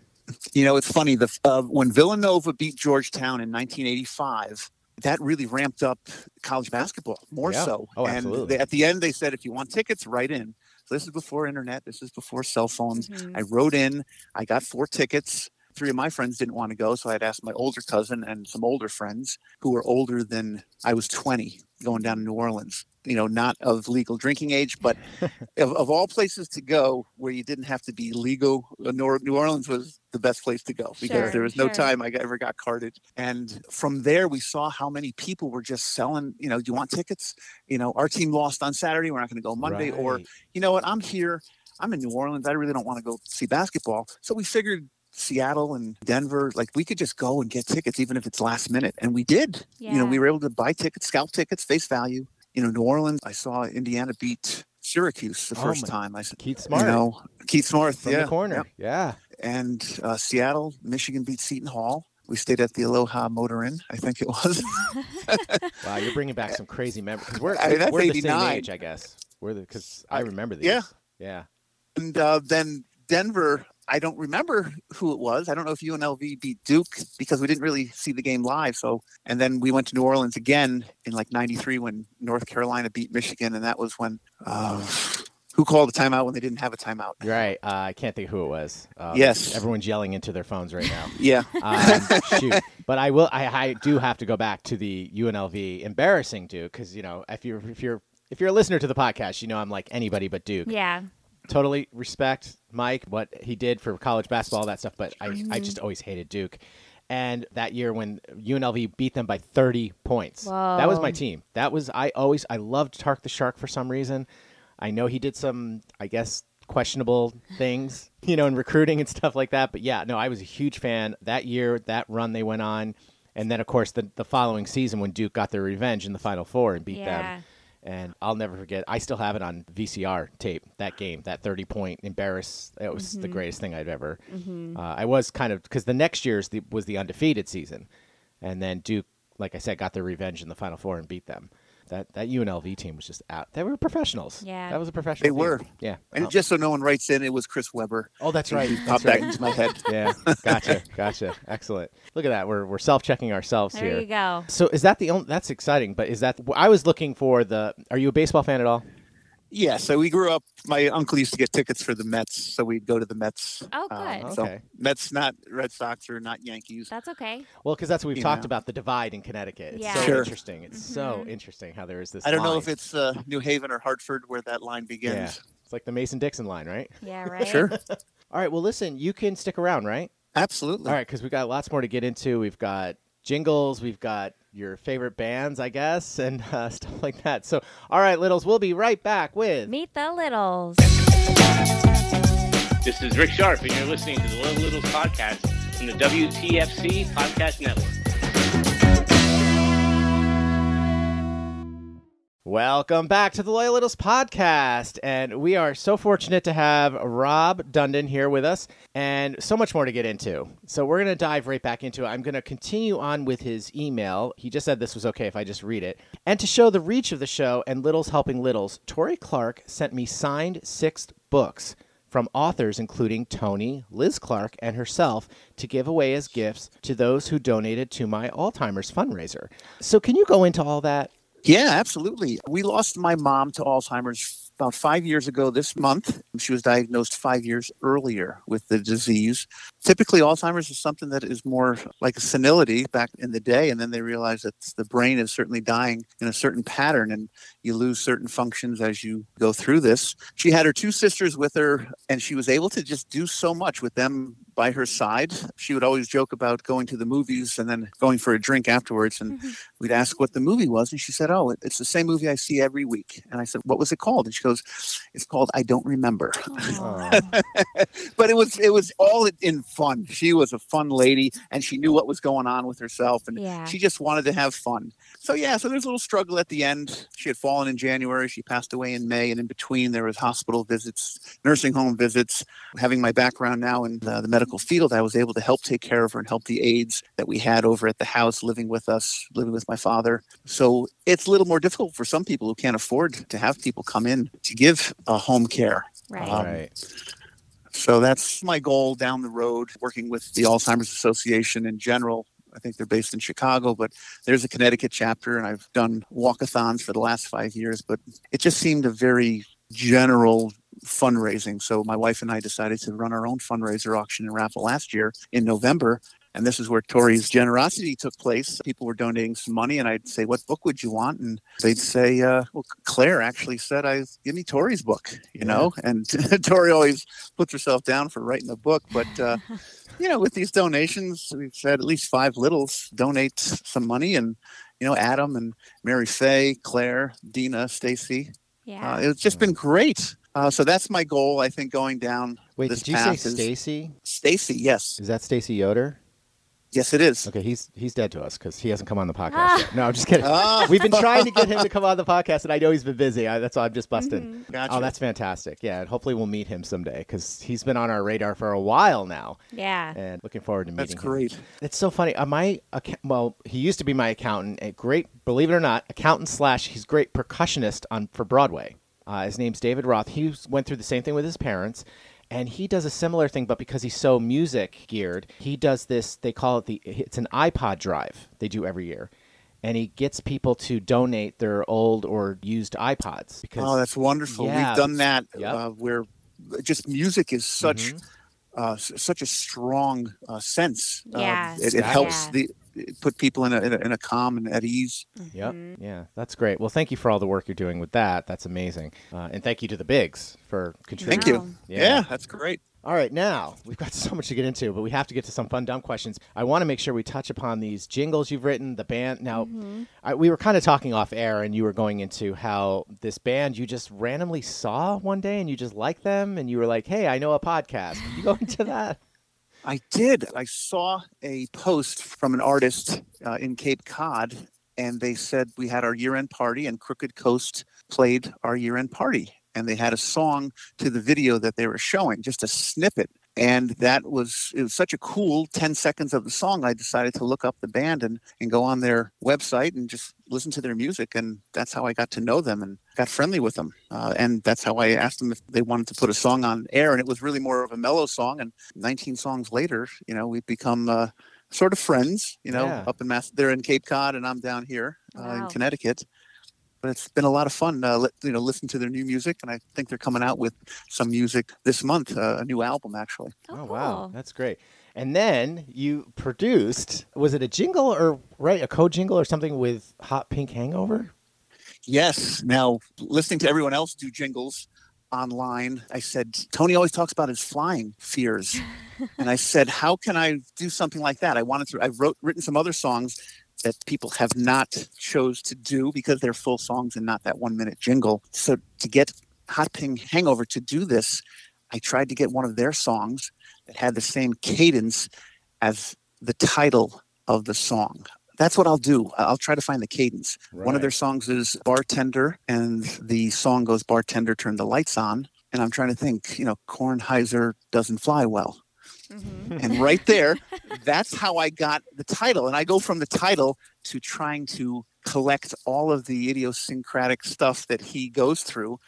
S8: You know, it's funny. The uh, when Villanova beat Georgetown in 1985, that really ramped up college basketball more
S4: Yeah.
S8: so.
S4: Oh,
S8: and
S4: absolutely.
S8: They, at the end, they said, "If you want tickets, write in." So this is before internet. This is before cell phones.
S3: Mhm.
S8: um, I wrote in. I got four tickets. Three of my friends didn't want to go, so I'd asked my older cousin and some older friends who were older than I was 20, going down to New Orleans. You know, not of legal drinking age, but of, of all places to go where you didn't have to be legal, uh, Nor- New Orleans was the best place to go because
S3: Sure,
S8: there was no
S3: sure.
S8: time I got- ever got carded. And from there, we saw how many people were just selling, you know, do you want tickets? You know, our team lost on Saturday. We're not going to go Monday. Or,
S4: Right.
S8: you know what, I'm here. I'm in New Orleans. I really don't want to go see basketball. So we figured Seattle and Denver, like we could just go and get tickets, even if it's last minute. And we did. You know,
S3: Yeah.
S8: we were able to buy tickets, scalp tickets, face value. You know, New Orleans, I saw Indiana beat Syracuse the
S4: Oh
S8: first
S4: my-
S8: time. I said,
S4: Keith Smart
S8: you know, Keith Smart
S4: from
S8: yeah,
S4: the corner. Yeah.
S8: yeah. And uh, Seattle, Michigan beat Seton Hall. We stayed at the Aloha Motor Inn, I think it was.
S4: Wow, you're bringing back some crazy memories. 'cause we're,
S8: I mean, that's
S4: we're the same
S8: 89.
S4: age, I guess. We're the because I
S8: I-
S4: remember these.
S8: yeah.
S4: yeah.
S8: and uh, then Denver, I don't remember who it was. I don't know if UNLV beat Duke because we didn't really see the game live. So, and then we went to New Orleans again in like '93 when North Carolina beat Michigan, and that was when uh, who called the timeout when they didn't have a timeout.
S4: You're right. Uh, I can't think who it was. Um,
S8: Yes.
S4: Everyone's yelling into their phones right now.
S8: Yeah.
S4: um, shoot. But I will. I, I do have to go back to the UNLV embarrassing Duke because you know if you're if you're if you're a listener to the podcast, you know I'm like anybody but Duke.
S3: Yeah.
S4: Totally respect Mike what he did for college basketball, all that stuff. But I I just always hated Duke. And that year when UNLV beat them by 30 points, that was my
S3: Whoa.
S4: team. That was I always I loved Tark the Shark for some reason. I know he did some I guess questionable things, you know, in recruiting and stuff like that. But yeah, no, I was a huge fan that year, that run they went on. And then, of course, the, the following season when Duke got their revenge in the Final Four and beat
S3: Yeah.
S4: them. And I'll never forget. I still have it on VCR tape. That game, that thirty-point embarrass. It was the greatest thing I've ever. Uh, I was kind of because the next year's the, was the undefeated season, and then Duke, like I said, got their revenge in the Final Four and beat them. That that UNLV team was just out. They were professionals.
S3: Yeah.
S4: that was a professional.
S8: They
S4: team.
S8: were.
S4: Yeah.
S8: And
S4: Um,
S8: just so no one writes in, it was Chris Webber.
S4: oh, that's right.
S8: He
S4: That's
S8: popped
S4: right.
S8: back into my head.
S4: yeah. Gotcha. Gotcha. Excellent. Look at that. We're we're self-checking ourselves
S3: There
S4: here.
S3: you go.
S4: So is that the only? That's exciting. But is that? I was looking for the. Are you a baseball fan at all?
S8: Yeah, so we grew up. My uncle used to get tickets for the Mets, so we'd go to the Mets.
S3: Oh,
S8: Um,
S3: good.
S4: Oh.
S8: so
S4: Okay.
S8: Mets, not Red Sox or not Yankees.
S3: That's okay.
S4: Well, because that's what we've
S8: You
S4: talked
S8: know.
S4: about the divide in Connecticut. It's
S3: Yeah. Mm-hmm.
S4: so
S8: Sure.
S4: interesting. It's so interesting how there is this.
S8: I don't know if
S4: line.
S8: it's uh, New Haven or Hartford where that line begins.
S4: It's like the Mason Dixon line, right?
S3: Yeah, right.
S4: All right. Well, listen, you can stick around, right?
S8: Absolutely.
S4: All right, because we got lots more to get into. We've got jingles. We've got your favorite bands, I guess, and uh, stuff like that. So, all right, littles, we'll be right back with.
S3: Meet the Littles.
S7: This is Rick Sharp, and you're listening to the Little Littles podcast from the WTFC Podcast Network.
S4: Welcome back to the Loyal Littles podcast. And we are so fortunate to have Rob Dundon here with us and so much more to get into. So we're going to dive right back into it. I'm going to continue on with his email. He just said this was okay if I just read it. And to show the reach of the show and Littles Helping Littles, Tori Clark sent me signed six books from authors including Tony, Liz Clark, and herself to give away as gifts to those who donated to my Alzheimer's fundraiser. So can you go into all that?
S8: Yeah, absolutely. We lost my mom to Alzheimer's about five years ago this month. She was diagnosed five years earlier with the disease. Typically, Alzheimer's is something that is more like a senility back in the day, and then they realize that the brain is certainly dying in a certain pattern and you lose certain functions as you go through this. She had her two sisters with her, and she was able to just do so much with them by her side. She would always joke about going to the movies and then going for a drink afterwards. And we'd ask what the movie was, and she said, "Oh, it- it's the same movie I see every week." And I said, "What was it called?" And she goes, "It's called I Don't Remember." but it was it was all in fun. She was a fun lady, and she knew what was going on with herself, and
S3: Yeah.
S8: she just wanted to have fun. So yeah, so there's a little struggle at the end. She had fallen in January. She passed away in May, and in between there was hospital visits, nursing home visits. Having my background now in the, the medical field, I was able to help take care of her and help the aides that we had over at the house living with us, living with my father. So it's a little more difficult for some people who can't afford to have people come in to give a home care.
S3: Right.
S8: Um, So that's my goal down the road, working with the Alzheimer's Association in general. I think they're based in Chicago, but there's a Connecticut chapter, and I've done walkathons for the last five years, but it just seemed a very general fundraising. So my wife and I decided to run our own fundraiser auction and raffle last year in November. And this is where Tori's generosity took place. People were donating some money, and I'd say, "What book would you want?" And they'd say, uh, "Well, Claire actually said, I give me Tori's book, you know." And Tori always puts herself down for writing the book. But uh, you know, with these donations, we've had at least five littles donate some money, and you know, Adam and Mary Faye, Claire, Dina, Stacy.
S3: Yeah.
S8: Uh, it's just been great. Uh, so that's my goal. I think going down
S4: Wait,
S8: this
S4: did you say
S8: path is-
S4: Stacy?
S8: Stacy. Yes,
S4: Is that Stacy Yoder?
S8: yes, it is.
S4: Okay, he's he's dead to us because he hasn't come on the podcast.
S3: Ah.
S4: Yet. No, I'm just kidding.
S8: Ah,
S4: We've been trying to get him to come on the podcast, and I know he's been busy. I, that's why I'm just busting.
S8: Mm-hmm. gotcha.
S4: Oh, that's fantastic. Yeah, and hopefully we'll meet him someday because he's been on our radar for a while now,
S3: yeah.
S4: and looking forward to meeting.
S8: that's
S4: him.
S8: great.
S4: It's so funny. Uh, my acc- well, he used to be my accountant. A great, believe it or not, accountant slash he's great percussionist on for Broadway. Uh, his name's David Roth. He s- went through the same thing with his parents, and he does a similar thing. But because he's so music geared, he does this. They call it the. It's an iPod drive. They do every year, and he gets people to donate their old or used iPods because
S8: Oh, that's wonderful.
S4: Yeah.
S8: We've done that
S4: Yep.
S8: uh, where just music is such
S4: Mm-hmm.
S8: uh, s- such a strong uh, sense.
S3: Yeah.
S8: Uh, it, it
S4: Exactly.
S8: helps
S3: Yeah.
S8: the it put people in a, in a in a calm and at ease.
S4: Yep. Yeah, that's great. Well, thank you for all the work you're doing with that. That's amazing. Uh, and thank you to the Bigs for contributing.
S8: Thank you.
S3: Wow.
S8: Yeah. that's great.
S4: All right, now we've got so much to get into, but we have to get to some fun, dumb questions. I want to make sure we touch upon these jingles you've written, the band. Now,
S3: Mm-hmm.
S4: I, we were kind of talking off air, and you were going into how this band you just randomly saw one day and you just liked them, and you were like, hey, I know a podcast. Could you go into that?
S8: I did. I saw a post from an artist uh, in Cape Cod, and they said we had our year end party, and Crooked Coast played our year end party. And they had a song to the video that they were showing, just a snippet. And that was, it was such a cool 10 seconds of the song. I decided to look up the band and, and go on their website and just listen to their music. And that's how I got to know them and got friendly with them. Uh, and that's how I asked them if they wanted to put a song on air. And it was really more of a mellow song. And 19 songs later, you know, we've become uh, sort of friends, you know,
S4: Yeah.
S8: up in Mass. They're in Cape Cod and I'm down here uh,
S3: Wow.
S8: in Connecticut. But it's been a lot of fun, uh, li- you know, listen to their new music. And I think they're coming out with some music this month, uh, a new album, actually.
S3: Oh,
S4: wow.
S3: cool.
S4: That's great. And then you produced, was it a jingle or, right, a co jingle or something with Hot Pink Hangover?
S8: Yes. Now, listening to everyone else do jingles online, I said, Tony always talks about his flying fears. and I said, how can I do something like that? I wanted to, I've wrote, written some other songs that people have not chose to do because they're full songs and not that one minute jingle. So to get Hot Ping Hangover to do this, I tried to get one of their songs that had the same cadence as the title of the song. That's what I'll do. I'll try to find the cadence. One of their songs is Bartender, and the song goes Bartender, turn the lights on. And I'm trying to think, you know, Kornheiser doesn't fly well.
S3: Mhm.
S8: And right there, that's how I got the title. And I go from the title to trying to collect all of the idiosyncratic stuff that he goes through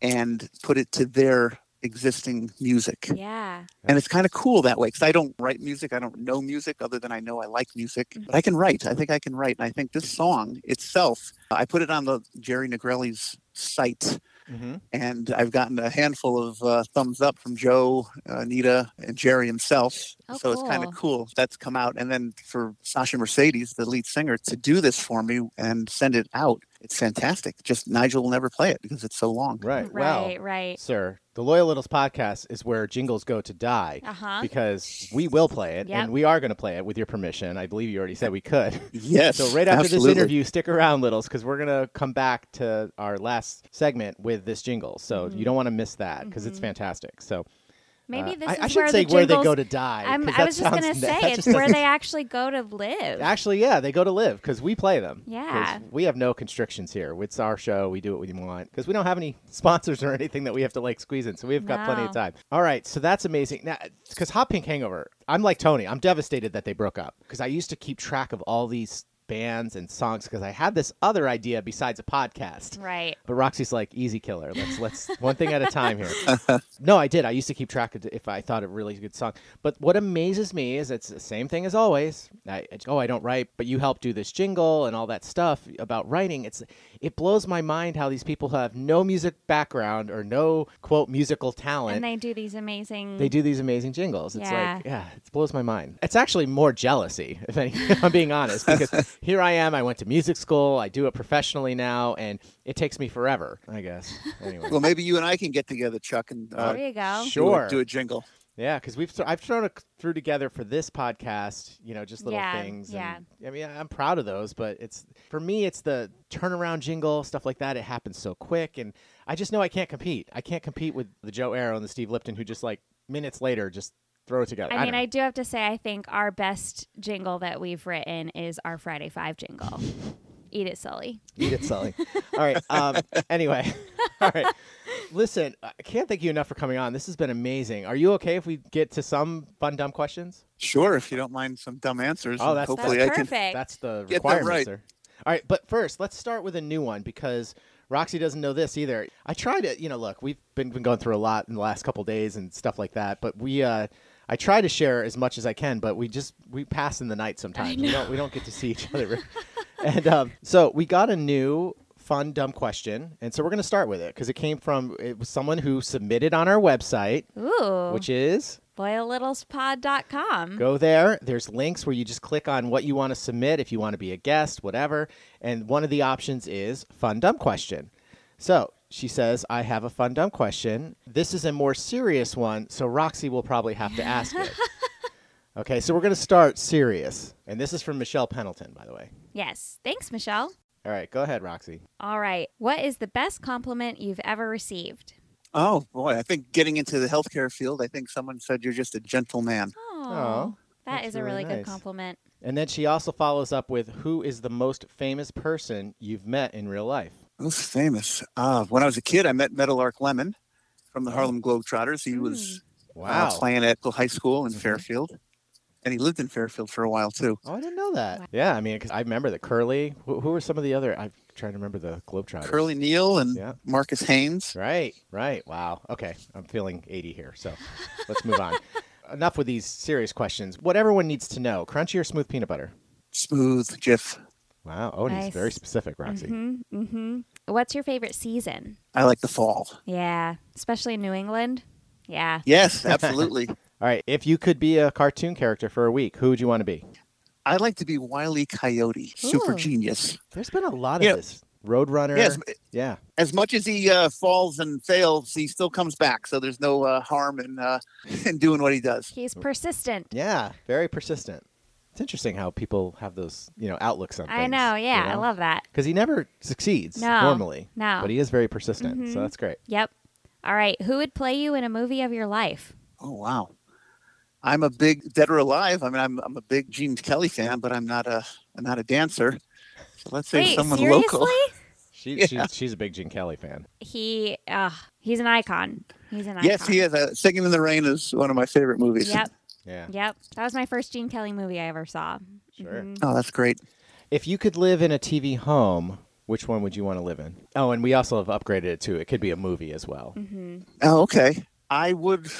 S8: and put it to their existing music.
S3: Yeah.
S8: And it's kind of cool that way because I don't write music. I don't know music other than I know I like music, but
S4: Mm-hmm.
S8: I can write. I think I can write. And I think this song itself, I put it on the Jerry Negrelli's site
S4: Mm-hmm.
S8: and I've gotten a handful of uh, thumbs up from Joe, uh, Anita, and Jerry himself.
S3: Oh,
S8: so it's kind of
S3: cool.
S8: cool that's come out. And then for Sasha Mercedes, the lead singer, to do this for me and send it out, it's fantastic. Just Nigel will never play it because it's so long.
S4: Right. Wow.
S3: Right, right.
S4: Sir, the Loyal Littles podcast is where jingles go to die
S3: Uh huh.
S4: because we will play it
S3: Yep.
S4: and we are going to play it with your permission. I believe you already said we could.
S8: Yes.
S4: So, right after
S8: absolutely.
S4: this interview, stick around, Littles, because we're going to come back to our last segment with this jingle. So, you don't want to miss that because it's
S3: Mhm.
S4: fantastic. So,
S3: Mm-hmm. Maybe
S4: uh,
S3: this
S4: I,
S3: is
S4: I should
S3: where
S4: say
S3: the
S4: where
S3: jingles,
S4: they go to die.
S3: I'm,
S4: 'cause
S3: I
S4: that
S3: was just gonna
S4: sounds-
S3: say
S4: that
S3: it's
S4: just
S3: where
S4: doesn't-
S3: they actually go to live.
S4: Actually, yeah, they go to live because we play them. 'Cause
S3: Yeah.
S4: we have no constrictions here. It's our show. We do what we want because we don't have any sponsors or anything that we have to like squeeze in. So we've got plenty of
S3: No.
S4: time. All right, so that's amazing. Now, because Hot Pink Hangover, I'm like Tony. I'm devastated that they broke up because I used to keep track of all these bands and songs because I had this other idea besides a podcast.
S3: right.
S4: But Roxy's like easy killer. Let's let's one thing at a time here. no, I did. I used to keep track of if I thought a really good song. But what amazes me is it's the same thing as always. I, it's, oh, I don't write, but you help do this jingle and all that stuff about writing. It's it blows my mind how these people have no music background or no quote musical talent.
S3: And they do these amazing.
S4: They do these amazing jingles. It's
S3: Mm. Yeah.
S4: like, yeah, it blows my mind. It's actually more jealousy, if, any, if I'm being honest, because here I am. I went to music school. I do it professionally now, and it takes me forever, I guess. Anyway.
S8: Well, maybe you and I can get together, Chuck, and uh,
S3: There you go.
S8: do a-
S4: sure.
S8: do a jingle.
S4: Yeah, because we've I've thrown it through together for this podcast, you know, just little
S3: Yeah,
S4: things.
S3: yeah.
S4: And, I mean, I'm proud of those, but it's for me, it's the turnaround jingle stuff like that. It happens so quick, and I just know I can't compete. I can't compete with the Joe Arrow and the Steve Lipton, who just like minutes later just throw it together.
S3: I mean,
S4: don't
S3: I do have to say, I think our best jingle that we've written is our Friday Five jingle. Eat it, silly.
S4: Eat it, Sully. All right. Um, anyway, all right. Listen, I can't thank you enough for coming on. This has been amazing. Are you okay if we get to some fun, dumb questions?
S8: Sure, if you don't mind some dumb answers.
S4: Oh, that's-
S8: and
S4: that's
S8: hopefully
S3: That's
S8: I
S3: perfect.
S8: can.
S4: That's the
S8: Get that
S4: requirement,
S8: right.
S4: sir. All right, but first, let's start with a new one because Roxy doesn't know this either. I try to, you know, look, we've been, been going through a lot in the last couple days and stuff like that, but we, uh, I try to share as much as I can, but we just we pass in the night sometimes. We don't we don't get to see each other. and um, so we got a new fun dumb question, and so we're gonna start with it because it came from it was someone who submitted on our website,
S3: Ooh.
S4: which is
S3: LoyalLittlesPod.com.
S4: go there. There's links where you just click on what you want to submit if you want to be a guest, whatever. And one of the options is fun dumb question. So she says, I have a fun dumb question. This is a more serious one, so Roxy will probably have to ask it. okay, so we're going to start serious. And this is from Michelle Pendleton, by the way.
S3: Yes. Thanks, Michelle.
S4: All right, go ahead, Roxy.
S3: All right. What is the best compliment you've ever received?
S8: Oh boy, I think getting into the healthcare field, I think someone said you're just a gentleman.
S3: Oh, that
S4: that's
S3: is a really,
S4: really
S3: good
S4: nice.
S3: compliment.
S4: And then she also follows up with, Who is the most famous person you've met in real life?
S8: Most famous. Uh, when I was a kid, I met Metalark Lemon from the Harlem Globetrotters. He was
S4: Hmm. Wow. Mm-hmm.
S8: uh, playing at the high school in Fairfield, and he lived in Fairfield for a while too.
S4: Oh, I didn't know that.
S3: Wow.
S4: Yeah, I mean, 'cause I remember the Curly. Who, who were some of the other? I'm trying to remember the Globetrotters.
S8: Curly Neal and
S4: Yeah.
S8: Marcus Haynes.
S4: Right, right. Wow. Okay, I'm feeling 80 here. So let's move on. Enough with these serious questions. What everyone needs to know: crunchy or smooth peanut butter?
S8: Smooth Jiff.
S4: Wow. Oh, and he's very
S3: Nice.
S4: specific, Roxy.
S3: Mm-hmm, hmm What's your favorite season?
S8: I like the fall.
S3: Yeah, especially in New England. Yeah.
S8: Yes, absolutely.
S4: All right. If you could be a cartoon character for a week, who would you want to be?
S8: I like to be Wiley Coyote, super
S3: Ooh.
S8: genius.
S4: There's been a lot of
S8: Yeah.
S4: this. Roadrunner.
S8: Yes,
S4: Yeah.
S8: as much as he uh, falls and fails, he still comes back. So there's no uh, harm in uh, in doing what he does.
S3: He's persistent.
S4: Yeah. Very persistent. It's interesting how people have those, you know, outlooks on things.
S3: I know. Yeah, I love that.
S4: Because he never succeeds
S3: No,
S4: normally.
S3: no.
S4: But he is very persistent, so that's great.
S3: Yep. All right. Who would play you in a movie of your life?
S8: Oh wow, I'm a big Dead or Alive. I mean, I'm I'm a big Gene Kelly fan, but I'm not a I'm not a dancer. So let's say
S3: Wait,
S8: someone
S3: seriously?
S8: local.
S4: She, she's, she's a big Gene Kelly fan.
S3: He, uh, he's an icon. He's an icon.
S8: Yes, he is. Uh, Singing in the Rain is one of my favorite movies.
S3: Yep.
S4: Yeah.
S3: Yep. That was my first Gene Kelly movie I ever saw.
S4: Sure.
S3: Mhm.
S8: Oh, that's great.
S4: If you could live in a TV home, which one would you want to live in? Oh, and we also have upgraded it too. It could be a movie as well.
S3: Mm-hmm,
S8: Oh, okay. I would.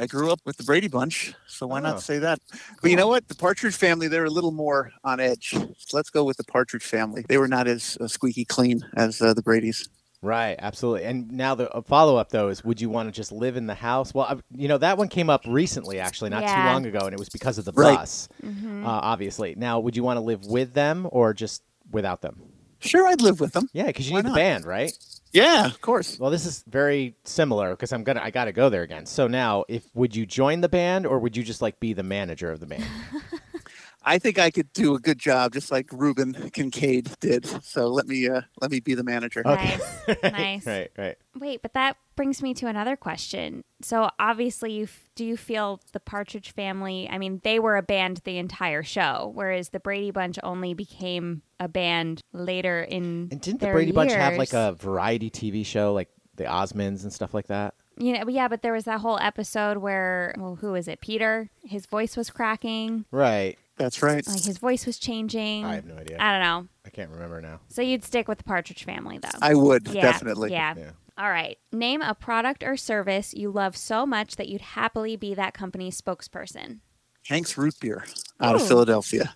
S8: I grew up with the Brady Bunch, so why
S4: Oh.
S8: not say that? But you know what? The Partridge Family, they're a little more on edge. So let's go with the Partridge Family. They were not as uh, squeaky clean as uh, the Brady's.
S4: Right, absolutely. And now the follow up though is, would you want to just live in the house? Well, I, you know that one came up recently, actually, not too
S3: Yeah.
S4: long ago, and it was because of the
S8: Right.
S4: bus,
S3: mm-hmm.
S4: uh, obviously. Now, would you want to live with them or just without them?
S8: Sure, I'd live with them.
S4: Yeah, because you
S8: Why
S4: need the
S8: not?
S4: band, right?
S8: Yeah, of course.
S4: Well, this is very similar because I'm gonna I gotta go there again. So now, if would you join the band or would you just like be the manager of the band?
S8: I think I could do a good job, just like Ruben Kincaid did. So let me uh, let me be the manager.
S3: Nice. nice.
S4: right, right.
S3: Wait, but that brings me to another question. So obviously, you f- do you feel the Partridge Family? I mean, they were a band the entire show, whereas the Brady Bunch only became a band later in.
S4: And didn't the
S3: their
S4: Brady Bunch have like
S3: years.
S4: a variety TV show, like the Osmonds and stuff like that?
S3: You know, yeah, but there was that whole episode where well, who is it? Peter. His voice was cracking.
S4: Right.
S8: That's right.
S3: Like his voice was changing.
S4: I have no idea.
S3: Mm. I don't know.
S4: I can't remember now.
S3: So you'd stick with the Partridge Family though.
S8: I would
S3: Yeah,
S8: definitely.
S3: Yeah.
S4: Yeah.
S3: All right. Name a product or service you love so much that you'd happily be that company's spokesperson.
S8: Hank's root beer out
S3: Ooh.
S8: of Philadelphia.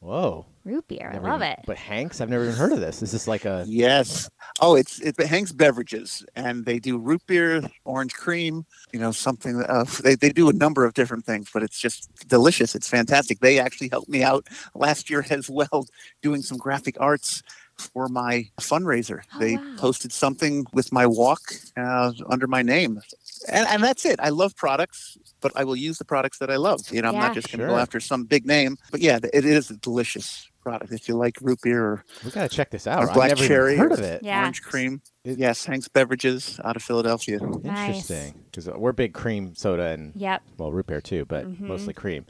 S4: Whoa.
S3: Root beer. I
S4: Never
S3: love
S4: even-
S3: it.
S4: But Hanks, I've never even heard of this. This is like a
S8: Yes. Oh, it's it's Hank's beverages, and they do root beer, orange cream. You know, something. Uh, they they do a number of different things, but it's just delicious. It's fantastic. They actually helped me out last year as well, doing some graphic arts for my fundraiser.
S3: Oh,
S8: they
S3: wow.
S8: posted something with my walk uh, under my name. And, and that's it. I love products, but I will use the products that I love. You know, I'm
S3: Yeah.
S8: not just going to
S4: Sure.
S8: go after some big name. But yeah, it is a delicious product. If you like root beer or
S4: we gotta check this out.
S8: Or
S4: I've
S8: black
S4: never even
S8: cherry
S4: heard
S8: or-
S4: of it.
S3: Yeah.
S8: orange cream.
S4: It-
S8: yes, Hank's Beverages out of Philadelphia.
S3: Nice.
S4: Interesting. Because we're big cream soda and
S3: Yep.
S4: well root beer too, but
S3: Mhm.
S4: mostly cream.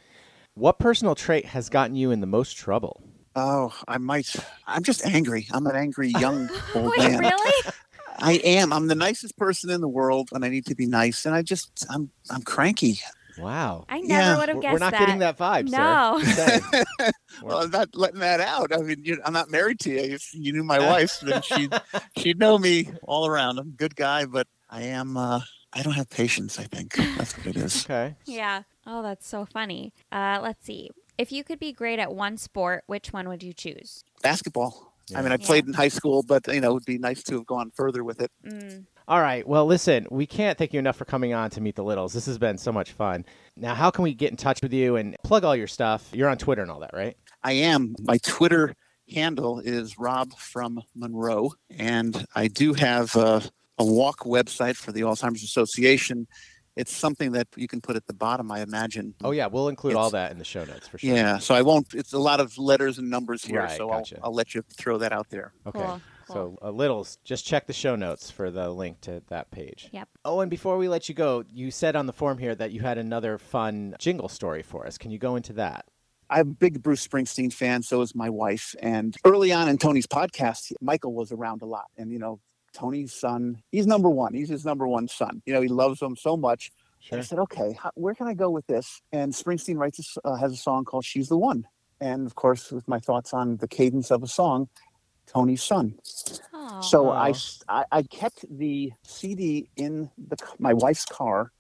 S4: What personal trait has gotten you in the most trouble?
S8: Oh, I might. I'm just angry. I'm an angry young old
S3: Wait,
S8: man.
S3: really?
S8: I am. I'm the nicest person in the world, and I need to be nice. And I just, I'm, I'm cranky.
S4: Wow.
S3: I
S8: Yeah.
S3: never would have
S4: We're-
S3: guessed
S4: we're not
S3: that.
S4: getting that vibe,
S3: No.
S4: sir. No.
S8: Well, I'm not letting that out. I mean, you, I'm not married to you. If you knew my wife, then she'd, she'd know me all around. I'm a good guy, but I am. Uh, I don't have patience. I think that's what it is.
S4: okay.
S3: Yeah. Oh, that's so funny. Uh, let's see. If you could be great at one sport, which one would you choose?
S8: Basketball. I mean, I
S3: Yeah.
S8: played in high school, but you know, it would be nice to have gone further with it.
S3: Mm.
S4: All right. Well, listen, we can't thank you enough for coming on to Meet the Littles. This has been so much fun. Now, how can we get in touch with you and plug all your stuff? You're on Twitter and all that, right?
S8: I am. My Twitter handle is Rob from Monroe, and I do have a, a walk website for the Alzheimer's Association. It's something that you can put at the bottom, I imagine.
S9: Oh yeah, we'll include all
S8: It's-
S9: that in the show notes for sure.
S8: Yeah, so I won't. It's a lot of letters and numbers here,
S9: Right,
S8: so
S9: gotcha.
S8: I'll, I'll let you throw that out there.
S9: Okay.
S3: Cool,
S9: So uh, littles, just check the show notes for the link to that page.
S3: Yep.
S9: Oh, and before we let you go, you said on the form here that you had another fun jingle story for us. Can you go into that?
S8: I'm a big Bruce Springsteen fan, so is my wife. And early on in Tony's podcast, Michael was around a lot. And, you know, Tony's son, he's number one. He's his number one son. You know, he loves him so much. And I said, okay, how, where can I go with this? And Springsteen writes a s uh, has a song called "She's the One," and of course, with my thoughts on the cadence of a song, Tony's son.
S3: Oh,
S8: So I,
S4: Oh.
S8: s- I- I kept the CD in the, c- my wife's car,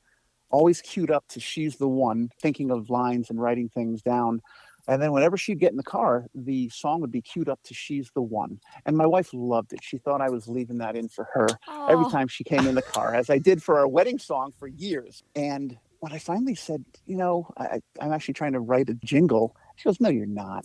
S8: always queued up to "She's the One," thinking of lines and writing things down. And then whenever she'd get in the car, the song would be queued up to "She's the One," and my wife loved it. She thought I was leaving that in for her every
S3: Oh.
S8: time she came in the car, as I did for our wedding song for years. And when I finally said, you know, I, I- I'm actually trying to write a jingle, she goes, no, you're not.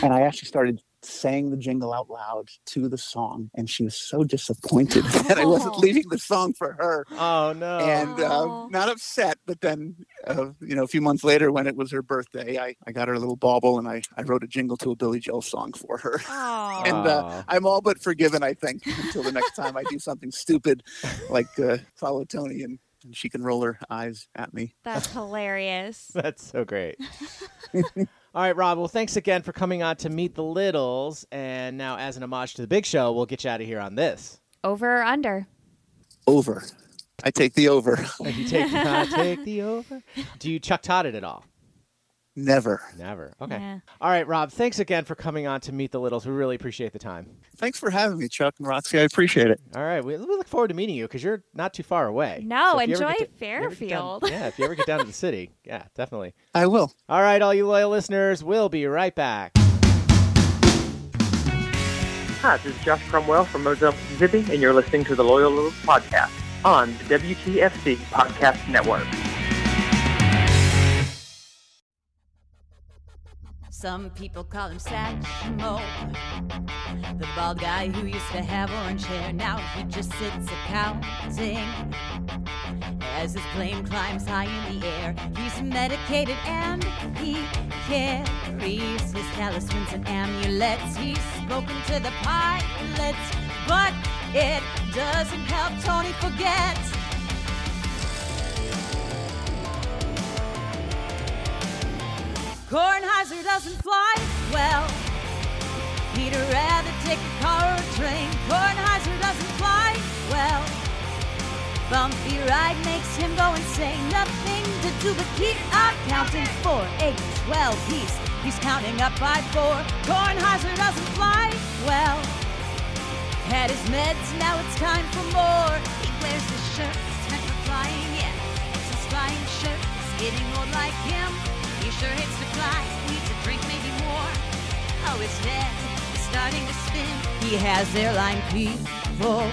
S8: And I actually started saying the jingle out loud to the song. And she was so disappointed that I wasn't
S3: Oh.
S8: leaving the song for her
S4: Oh, no.
S8: and uh,
S3: Oh.
S8: not upset. But then, uh, you know, a few months later when it was her birthday, I, I got her a little bauble and I, I wrote a jingle to a Billy Joel song for her.
S3: Aw.
S8: and, uh, I'm all but forgiven, I think, until the next time I do something stupid like uh, follow Tony and, and she can roll her eyes at me.
S3: that's hilarious.
S4: That's so great. All right, Rob. Well, thanks again for coming on to Meet the Littles. And now, as an homage to the big show, we'll get you out of here on this.
S3: Over or under?
S8: Over. I take the over.
S4: If you take, I take the over. Do you Chuck Todd it at all?
S8: Never.
S4: Never. Okay.
S3: Yeah.
S4: All right, Rob. Thanks again for coming on to Meet the Littles. We really appreciate the time.
S8: Thanks for having me, Chuck and Roxy. I appreciate it.
S4: All right. We, we look forward to meeting you because you're not too far away.
S3: No,
S4: if you ever
S3: enjoy
S4: get if you ever get down-
S3: Fairfield.
S4: yeah, if you ever get down to the city. Yeah, definitely.
S8: I will.
S4: All right, all you loyal listeners, we'll be right back.
S10: Hi, this is Josh Cromwell from Mozilla, Mississippi, and you're listening to the Loyal Little Podcast on the WTFC Podcast Network.
S7: Some people call him Satchmo, the bald guy who used to have orange hair. Now he just sits accounting as his plane climbs high in the air. He's medicated and he carries his talismans and amulets. He's spoken to the pilots, but it doesn't help Tony forget. Kornheiser doesn't fly well. He'd rather take a car or a train. Kornheiser doesn't fly well. Bumpy ride makes him go insane. Nothing to do but keep on counting. Four, eight, twelve. He's he's counting up by four. Kornheiser doesn't fly well. Had his meds, now it's time for more. He wears his shirt, it's meant for flying, yeah. It's his flying shirt, it's getting old like him. He sure hates to fly, needs a drink, maybe more. Oh, his head is starting to spin. He has airline people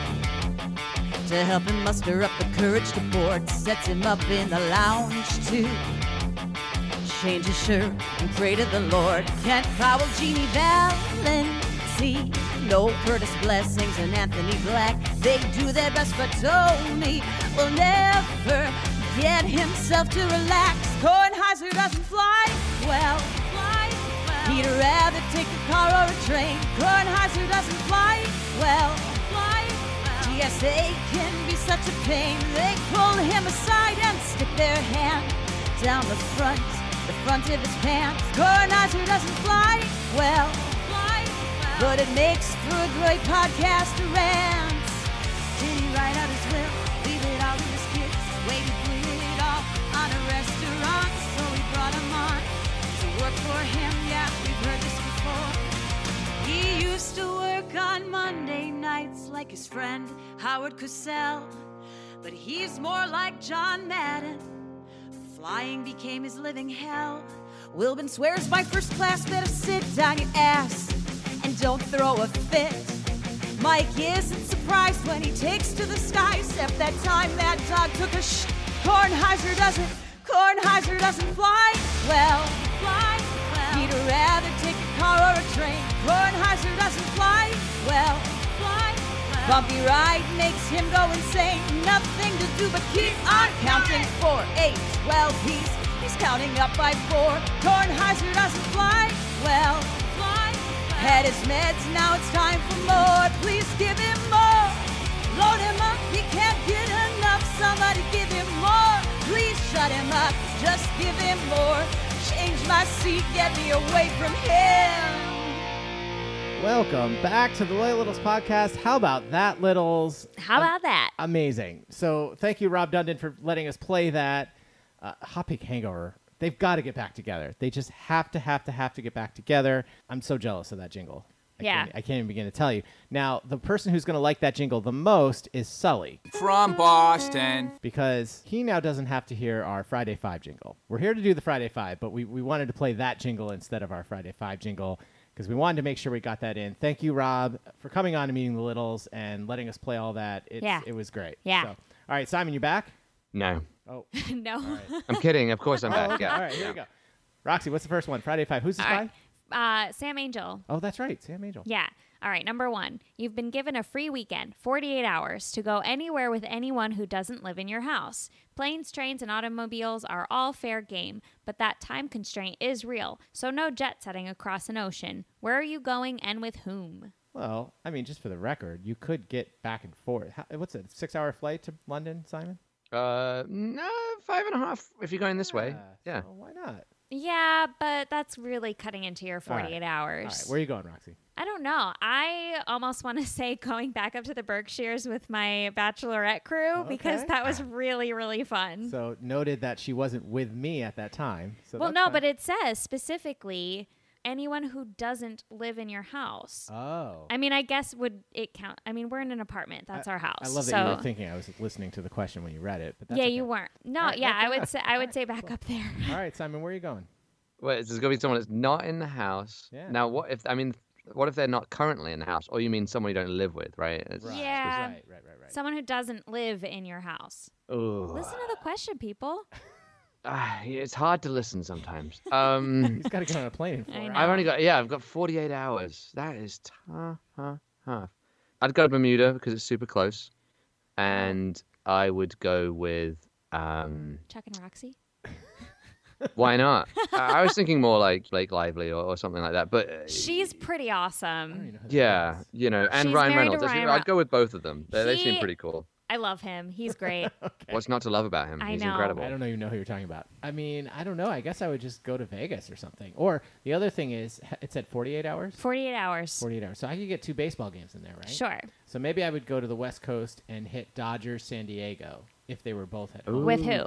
S7: to help him muster up the courage to board. Sets him up in the lounge too change his shirt and pray to the Lord. Kent Powell, Jeannie Valentino, Curtis Blessings, and Anthony Black. They do their best, but Tony will never get himself to relax. Kornheiser doesn't fly well. Fly well. He'd rather take a car or a train. Kornheiser doesn't fly well. Fly well. TSA can be such a pain. They pull him aside and stick their hand down the front, the front of his pants. Coronizer doesn't fly well, but it makes for a great podcast to rant. Did he write out his will? Leave it all in his kids. Waited for it all on a restaurant, so we brought him on to work for him. Yeah, we've heard this before. He used to work on Monday nights like his friend Howard Cosell, but he's more like John Madden. Flying became his living hell. Wilbin swears by first class, better sit down your ass and don't throw a fit. Mike isn't surprised when he takes to the sky, except that time that dog took a sh. Kornheiser doesn't, Kornheiser doesn't fly well. Fly well. He'd rather take a car or a train. Kornheiser doesn't fly well. Fly well. Bumpy ride makes him go insane. Nothing to do but keep on counting. Four, eight, twelve, he's, he's counting up by four. Kornheiser doesn't fly well. Fly Had his meds, now it's time for more. Please give him more. Load him up, he can't get enough. Somebody give him more. Please shut him up, just give him more. Change my seat, get me away from him.
S4: Welcome back to the Lay Littles podcast. How about that, Littles?
S3: How about that?
S4: Amazing. So thank you, Rob Dundon, for letting us play that. Uh, Hot Pink Hangover. They've got to get back together. They just have to, have to, have to get back together. I'm so jealous of that jingle. I
S3: Yeah.
S4: Can't, I can't even begin to tell you. Now, the person who's going to like that jingle the most is Sully
S11: From Boston.
S4: because he now doesn't have to hear our Friday Five jingle. We're here to do the Friday Five, but we, we wanted to play that jingle instead of our Friday Five jingle because we wanted to make sure we got that in. Thank you, Rob, for coming on to Meeting the Littles and letting us play all that. It's,
S3: Yeah.
S4: It was great.
S3: Yeah.
S4: So, all right, Simon, you back?
S5: No.
S4: Oh.
S3: no.
S5: I'm kidding. Of course I'm
S4: Oh,
S5: back.
S4: okay.
S5: Yeah.
S4: All right, here we go. Roxy, what's the first one? Friday Five. Who's the spy?
S3: Uh, Sam Angel.
S4: Oh, that's right. Sam Angel.
S3: Yeah. All right. Number one, you've been given a free weekend, 48 hours, to go anywhere with anyone who doesn't live in your house. Planes, trains, and automobiles are all fair game, but that time constraint is real, so no jet setting across an ocean. Where are you going and with whom?
S4: Well, I mean, just for the record, you could get back and forth. How, what's it? Six hour flight to London, Simon?
S5: Uh, no, five and a half if you're going this way. Yeah.
S4: why not?
S3: Yeah, but that's really cutting into your
S4: All right.
S3: 48
S4: All
S3: hours.
S4: right, where are you going, Roxy?
S3: I don't know. I almost want to say going back up to the Berkshires with my bachelorette crew because
S4: Okay.
S3: that was really, really fun.
S4: So noted that she wasn't with me at that time. So
S3: well,
S4: that's
S3: no,
S4: fine.
S3: but it says specifically anyone who doesn't live in your house.
S4: oh,
S3: I mean, I guess would it count? I mean, we're in an apartment. That's
S4: I-
S3: our house.
S4: I love that
S3: so.
S4: you were thinking. I was listening to the question when you read it. But that's
S3: yeah,
S4: okay.
S3: you weren't. No,
S4: All right,
S3: yeah,
S4: okay,
S3: I
S4: yeah.
S3: would say I would say back up there.
S4: All right, Simon, where are you going?
S5: Wait, there's got to be someone that's not in the house.
S4: Yeah.
S5: Now, what if I mean, what if they're not currently in the house? Or you mean someone you don't live with, right? It's-
S3: Yeah,
S4: Right, right, right, right.
S3: someone who doesn't live in your house.
S5: Ugh.
S3: Listen to the question, people.
S5: Ah, yeah, it's hard to listen sometimes. Um,
S4: He's got to get on a plane in four
S3: I
S4: hours.
S3: know.
S5: I've only got yeah, I've got 48 hours. That is tough. tough. I'd go to Bermuda because it's super close, and I would go with um,
S3: Chuck and Roxy.
S5: why not? I I was thinking more like Blake Lively or, or something like that. But uh,
S3: She's pretty
S4: I don't even
S3: awesome.
S4: know who that
S5: yeah,
S4: is.
S5: you know, and
S3: She's
S5: Ryan
S3: married to
S5: Reynolds. I
S3: Ryan
S5: should-
S3: Re-
S5: I'd go with both of them. They, they seem
S3: He-
S5: pretty cool.
S3: I love him. He's great.
S5: What's not to love about him?
S3: I
S5: He's
S3: know.
S5: incredible.
S4: I don't even know who you're talking about. I mean, I don't know. I guess I would just go to Vegas or something. Or the other thing is, it said 48 hours.
S3: 48 hours.
S4: 48 hours. So I could get two baseball games in there, right?
S3: Sure.
S4: So maybe I would go to the West Coast and hit Dodgers, San Diego, if they were both at home.
S3: With who?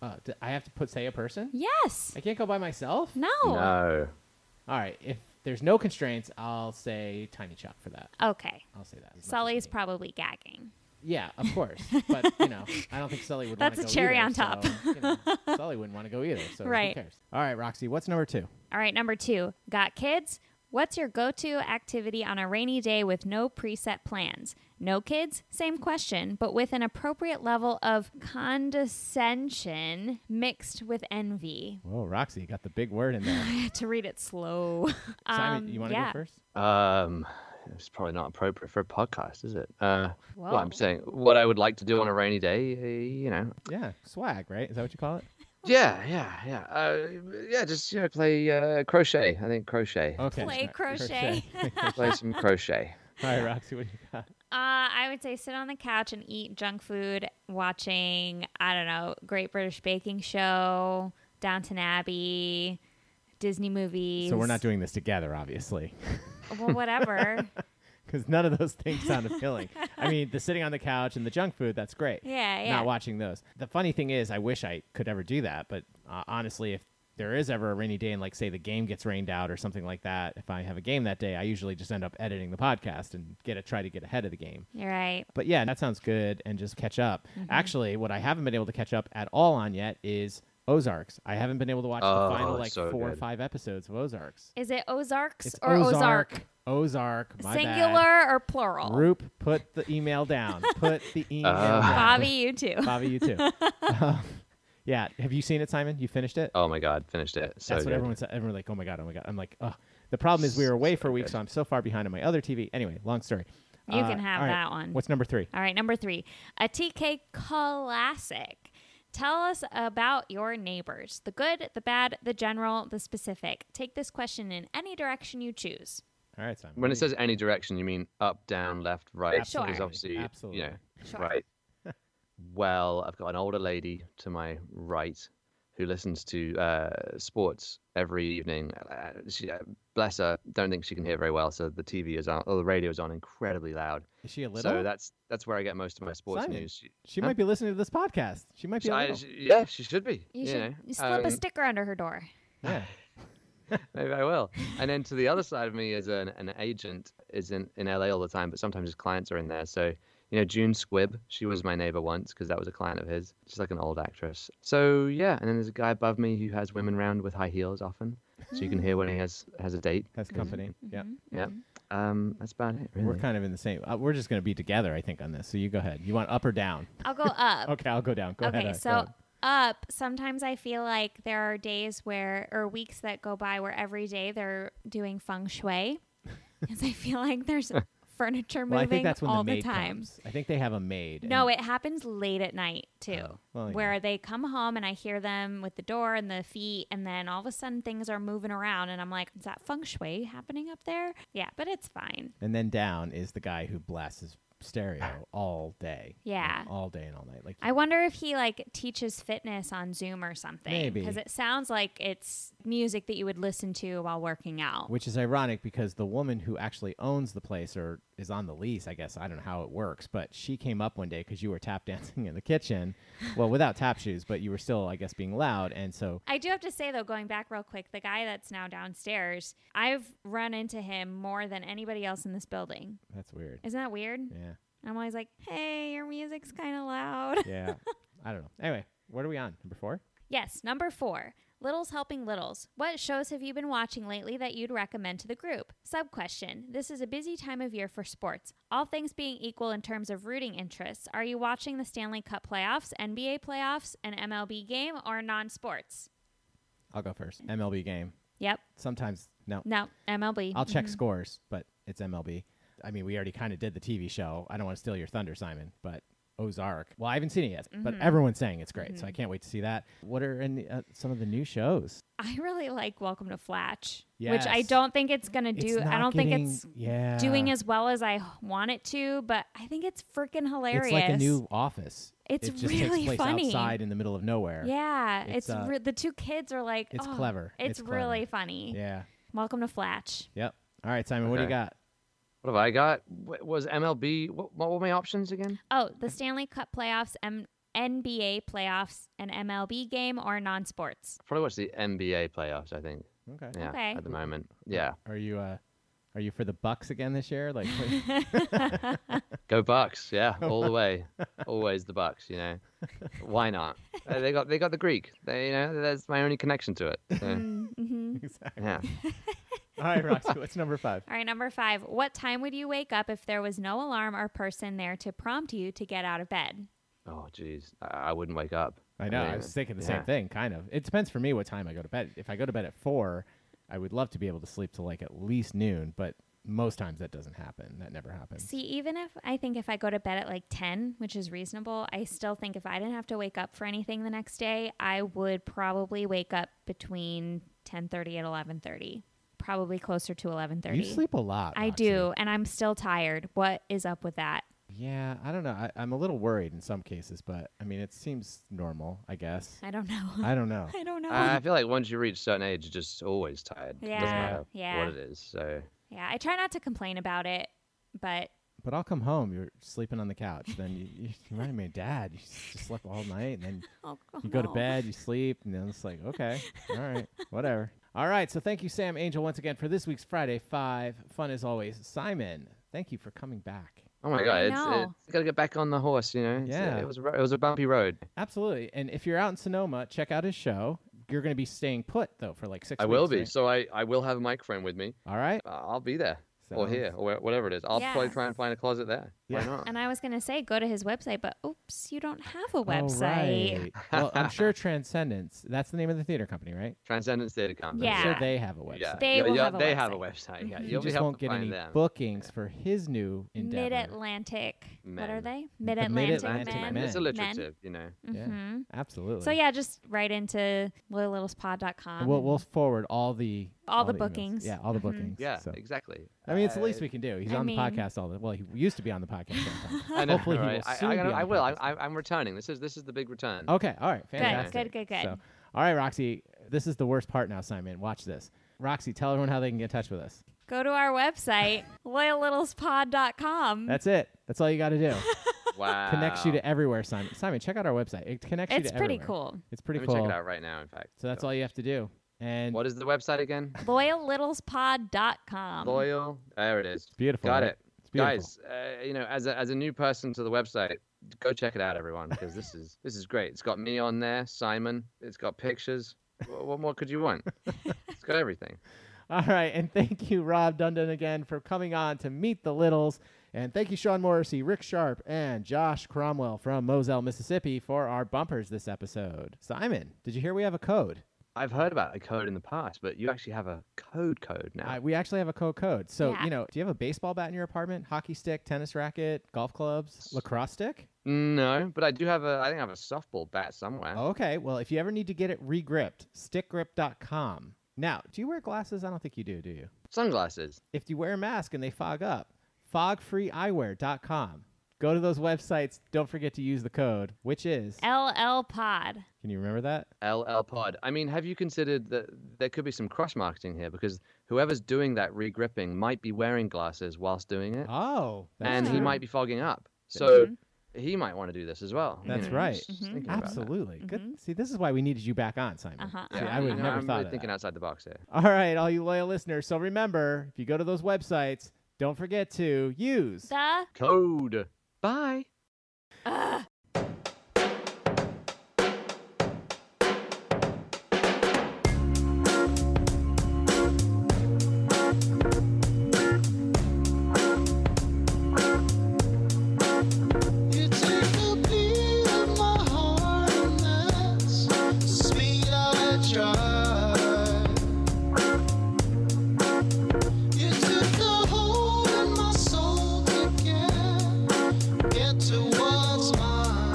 S4: Uh, do I have to put say a person.
S3: Yes.
S4: I can't go by myself.
S3: No.
S5: No.
S4: All right. If there's no constraints, I'll say Tiny Chop for that.
S3: Okay.
S4: I'll say that. as much as
S3: Sully's
S4: me.
S3: probably gagging.
S4: Yeah, of course. but you know, I don't think Sully would.
S3: That's
S4: wanna
S3: a
S4: go
S3: cherry
S4: either,
S3: on top.
S4: so, you know, Sully wouldn't want to go either. So
S3: Right.
S4: Who cares? All right, Roxy. What's number two?
S3: All right, number two. Got kids? What's your go to activity on a rainy day with no preset plans? No kids? Same question, but with an appropriate level of condescension mixed with envy.
S4: Whoa, Roxy, you got the big word in there.
S3: I had to read it slow.
S4: Simon,
S3: Um,
S4: you want to
S3: yeah.
S4: go first?
S5: Um, it's probably not appropriate for a podcast, is it? Uh, well,
S3: Whoa.
S5: I'm saying what I would like to do on a rainy day. uh, You know,
S4: Yeah, swag, right? Is that what you call it?
S5: Yeah, yeah, yeah. Uh, yeah, just you know, play uh, crochet. I think crochet.
S4: Okay.
S3: Play
S4: all right,
S3: crochet.
S5: play some crochet.
S4: all right, Roxy, what do you got?
S3: Uh, I would say sit on the couch and eat junk food, watching, I don't know, Great British Baking Show, Downton Abbey, Disney movies.
S4: So we're not doing this together, obviously.
S3: Well, whatever.
S4: because none of those things sound appealing. I mean, the sitting on the couch and the junk food, that's great.
S3: Yeah, yeah.
S4: Not watching those. The funny thing is, I wish I could ever do that, but uh, honestly, if there is ever a rainy day and, like, say, the game gets rained out or something like that, if I have a game that day, I usually just end up editing the podcast and get a, try to get ahead of the game.
S3: You're right.
S4: But
S3: Mm-hmm.
S4: yeah, that sounds good and just catch up. Actually, what I haven't been able to catch up at all on yet is Ozarks. I haven't been able to watch
S5: Oh,
S4: the final like
S5: so
S4: four or
S5: good.
S4: five episodes of Ozarks.
S3: Is it Ozarks
S4: It's
S3: or Ozark?
S4: Ozark. Ozark. My bad.
S3: Singular or plural?
S4: Roop, put the email down. Put the email
S5: Uh.
S4: down.
S3: Bobby, you too.
S4: Bobby, you too. Um, yeah. Have you seen it, Simon? You finished it?
S5: Oh my god, finished it. So
S4: That's what
S5: good.
S4: everyone said. Everyone like, oh my god, oh my god. I'm like, oh. The problem is we were away for a week, so I'm so far behind on my other TV. Anyway, long story. Uh,
S3: You can have
S4: all right,
S3: that one.
S4: What's number three?
S3: All right, number three, a TK classic. Tell us about your neighbors the good, the bad, the general, the specific. Take this question in any direction you choose.
S4: All right, Simon.
S5: When it says any direction, you mean up, down, left, right?
S3: Absolutely.
S5: Because obviously,
S4: Absolutely.
S5: you know,
S3: Sure.
S5: right. well, I've got an older lady to my right who listens to uh, sports every evening. Uh, she, uh, bless her, don't think she can hear very well, so the TV is on, or the radio is on incredibly loud.
S4: Is she a little?
S5: So that's that's where I get most of my sports
S4: Simon,
S5: news. She,
S4: She
S5: Huh?
S4: might be listening to this podcast. She might be. a
S5: I-
S4: little.
S5: she- yeah, she should be.
S3: You
S5: know.
S3: should slip
S5: Um,
S3: a sticker under her door.
S4: Yeah.
S5: Maybe I will. And then to the other side of me is an, an agent is in, in LA all the time, but sometimes his clients are in there. So, you know, June Squibb, she was my neighbor once because that was a client of his. She's like an old actress. So yeah, and then there's a guy above me who has women round with high heels often. So you can hear when he has has a date.
S4: Has company.
S3: Mm-hmm.
S4: Yeah.
S5: Yeah. Um, that's about it. Really.
S4: We're kind of in the same. Uh, we're just going to be together, I think, on this. So you go ahead. You want up or down?
S3: I'll go up.
S4: Okay, I'll go down. Go
S3: okay,
S4: ahead. uh, go
S3: so
S4: ahead.
S3: up. Sometimes I feel like there are days where, or weeks that go by where every day they're doing feng shui, because I feel like there's furniture moving
S4: well, I think that's when
S3: all
S4: the maid
S3: time.
S4: comes. I think they have a maid.
S3: No,
S4: and-
S3: it happens late at night too,
S4: Oh, well, yeah.
S3: where they come home and I hear them with the door and the feet, and then all of a sudden things are moving around, and I'm like, is that feng shui happening up there? Yeah, but it's fine.
S4: and then down is the guy who blasts his stereo all day. Like,
S3: Ah. Yeah.
S4: all day and all night. Like
S3: I wonder if he like teaches fitness on Zoom or something.
S4: Maybe.
S3: because it sounds like it's music that you would listen to while working out.
S4: Which is ironic because the woman who actually owns the place or is on the lease, I guess, I don't know how it works, but she came up one day because you were tap dancing in the kitchen. well, without tap shoes, but you were still, I guess, being loud. And so
S3: I do have to say though, going back real quick, the guy that's now downstairs, I've run into him more than anybody else in this building.
S4: that's weird.
S3: Isn't that weird?
S4: Yeah.
S3: I'm always like, hey, your music's kind of loud.
S4: Yeah. I don't know. Anyway, what are we on? Number four?
S3: yes, number four. Littles helping littles. What shows have you been watching lately that you'd recommend to the group? Sub question. This is a busy time of year for sports. All things being equal in terms of rooting interests, are you watching the Stanley Cup playoffs, NBA playoffs, an MLB game, or non sports?
S4: I'll go first. MLB game.
S3: Yep.
S4: Sometimes, no.
S3: No, MLB.
S4: I'll check
S3: Mhm.
S4: scores, but it's MLB. I mean, we already kind of did the TV show. I don't want to steal your thunder, Simon, but Ozark. Well, I haven't seen it yet, but
S3: Mhm.
S4: everyone's saying it's great, so I
S3: Mhm.
S4: can't wait to see that. What are in, uh, some of the new shows?
S3: I really like Welcome to Flatch, which I
S4: Yes.
S3: don't think it's going to
S4: It's
S3: do. I
S4: not
S3: don't think
S4: getting-
S3: it's
S4: yeah.
S3: doing as well as I h- want it to, but I think it's freaking hilarious.
S4: It's like a new office.
S3: It's
S4: it just
S3: really
S4: takes place
S3: funny.
S4: outside in the middle of nowhere.
S3: Yeah, it's,
S4: uh,
S3: re- the two kids are like.
S4: it's
S3: "Oh,
S4: clever.
S3: It's,
S4: It's clever."
S3: really funny.
S4: yeah.
S3: Welcome to Flatch.
S4: Yep. All right, Simon, what do you
S5: Okay.
S4: got?
S5: What have I got? Wh- Was MLB? What, what were my options again?
S3: Oh, the Stanley Cup playoffs, M- NBA playoffs, an MLB game, or non-sports.
S5: Probably watch the NBA playoffs. I think.
S4: Okay.
S5: Yeah.
S3: Okay.
S5: At the moment. Yeah.
S4: Are you uh are you for the Bucks again this year? Like what-
S5: Go Bucks, yeah, all the way. Always the Bucks, you know. Why not? Uh, They got they got the Greek. They, you know, that's my only connection to it. So,
S3: Mm-hmm.
S4: exactly.
S5: yeah.
S4: All right, Roxy, what's number 5?
S3: All right, number five. What time would you wake up if there was no alarm or person there to prompt you to get out of bed?
S5: Oh, jeez, I, I wouldn't wake up.
S4: I know. I
S5: mean,
S4: was thinking the
S5: yeah.
S4: same thing, kind of. It depends for me what time I go to bed. If I go to bed at four, I would love to be able to sleep till like at least noon, but most times that doesn't happen. That never happens.
S3: See, even if I think if I go to bed at like 10, which is reasonable, I still think if I didn't have to wake up for anything the next day, I would probably wake up between 10:30 and 11:30. Probably closer to 11:30.
S4: You sleep a lot.
S3: I
S4: Roxy.
S3: do, and I'm still tired. What is up with that?
S4: Yeah, I don't know. I, I'm a little worried in some cases, but I mean, it seems normal, I guess.
S3: I don't know.
S4: I don't know.
S3: I don't know.
S5: I I feel like once you reach a certain age, you're just always tired. Doesn't
S3: Yeah,
S5: matter
S3: yeah.
S5: What it is, so
S3: yeah, I try not to complain about it, but
S4: But I'll come home. You're sleeping on the couch. Then you, you reminded me of dad. You s- just slept all night, and then
S3: oh,
S4: You go to
S3: no.
S4: bed, you sleep, and then it's like, okay, all right, whatever. All right, so thank you, Sam Angel, once again for this week's Friday Five. Fun as always. Simon, thank you for coming back.
S5: Oh my god, it's,
S3: know.
S5: it's got to get back on the horse, you know. It's- uh,
S4: Yeah.
S5: it was a, ro- it was a bumpy road.
S4: Absolutely. And if you're out in Sonoma, check out his show. You're going to be staying put though for like six.
S5: I will
S4: weeks,
S5: be.
S4: right?
S5: So I, I will have a microphone with me. Uh,
S4: All right.
S5: I'll be there or
S4: Sounds-
S5: here or wh- whatever it is. I'll probably
S3: Yeah.
S5: try and find a closet there. Why not?
S3: And I was going to say go to his website, but oops, you don't have a
S4: All
S3: website.
S4: right. well, I'm sure Transcendence. That's the name of the theater company, right?
S5: Transcendence Theatre Company.
S4: Yeah. So they have a website. Mm-hmm.
S5: Yeah.
S3: They
S5: yeah,
S3: will
S5: yeah,
S3: have a
S5: they have a
S3: website.
S5: website. Yeah,
S3: Mhm.
S5: you'll
S4: you
S5: be
S4: just
S5: able
S4: won't
S5: to
S4: get
S5: find
S4: any
S5: them.
S4: bookings for his new endeavor.
S3: Mid Atlantic. What are
S5: Men.
S3: they?
S4: The
S3: Mid Atlantic
S4: Mid-Atlantic
S3: men.
S4: Men.
S5: It's alliterative, you know.
S4: Yeah,
S3: hmm
S4: absolutely.
S3: So yeah, just write into loyallittlespod.com.
S4: And we'll, we'll forward all the
S3: all the
S4: emails.
S3: bookings.
S4: Yeah, all the
S3: Mhm.
S4: bookings.
S5: Yeah,
S4: so.
S5: exactly.
S4: I mean, it's the
S5: Uh,
S4: least we can do. He's
S3: I
S4: on
S3: mean-
S4: the podcast all the well. He used to be on the podcast. all the time.
S5: I know,
S4: Hopefully, he
S5: right?
S4: will
S5: I,
S4: soon
S5: I,
S4: be
S5: gotta-
S4: on
S5: I
S4: the
S5: will.
S4: podcast.
S5: I'm, I'm I'm returning. This is this is the big return.
S4: Okay. All right. Fantastic.
S3: good, good.
S4: So, all right, Roxy. This is the worst part now, Simon. Watch this. Roxy, tell everyone how they can get in touch with us.
S5: Mm-hmm.
S3: Go to our website, loyallittlespod.com.
S4: That's it. That's all you got to do.
S5: Wow.
S4: Connects you
S5: Oh.
S4: to everywhere, Simon. Simon, check out our website. It connects you to
S3: It's pretty
S4: everywhere.
S3: cool.
S4: It's pretty
S5: Let me
S4: cool.
S5: check it out right now. In fact.
S4: So that's all you have to do. And
S5: What is the website again?
S3: loyallittlespod.com.
S5: Loyal. There it is.
S4: beautiful.
S5: Got
S4: right?
S5: it.
S4: It's beautiful.
S5: Guys, uh, you know, as a, as a new person to the website, go check it out, everyone, because this is this is great. It's got me on there, Simon. It's got pictures. What, what more could you want? It's got everything.
S4: All right. And thank you, Rob Dundon, again for coming on to Meet the Littles. And thank you, Sean Morrissey, Rick Sharp, and Josh Cromwell from Moselle, Mississippi for our bumpers this episode. Simon, did you hear we have a code?
S5: I've heard about a code in the past, but you actually have a code code now.
S4: Uh, we actually have a code code. So,
S3: Yeah.
S4: you know, do you have a baseball bat in your apartment? Hockey stick, tennis racket, golf clubs, lacrosse stick?
S5: No, but I do have a. I think I have a softball bat somewhere.
S4: Okay. Well, if you ever need to get it regripped, stickgrip.com. Now, do you wear glasses? I don't think you do, do you?
S5: Sunglasses.
S4: If you wear a mask and they fog up, fogfreeeyewear.com. Go to those websites. Don't forget to use the code, which is.
S3: LL Pod.
S4: Can you remember that?
S5: LL Pod. I mean, have you considered that there could be some cross marketing here because whoever's doing that regripping might be wearing glasses whilst doing it,
S4: Oh.
S5: and
S4: that's
S5: he
S4: true.
S5: might be fogging up. So he might want to do this as well. you
S4: That's
S5: know,
S4: right.
S5: just thinking about that.
S4: Absolutely. Good. See, this is why we needed you back on, Simon.
S3: Uh-huh,
S4: See,
S5: Yeah,
S4: I would have
S5: you know,
S4: never
S5: I'm
S4: thought
S5: really
S4: of that.
S5: thinking outside the box here.
S4: All right, all you loyal listeners. So remember, if you go to those websites, don't forget to use.
S3: The
S5: Code. Bye.
S12: You take the beat of my heart, and that's the speed I drive. You took the whole in my soul to get, get towards my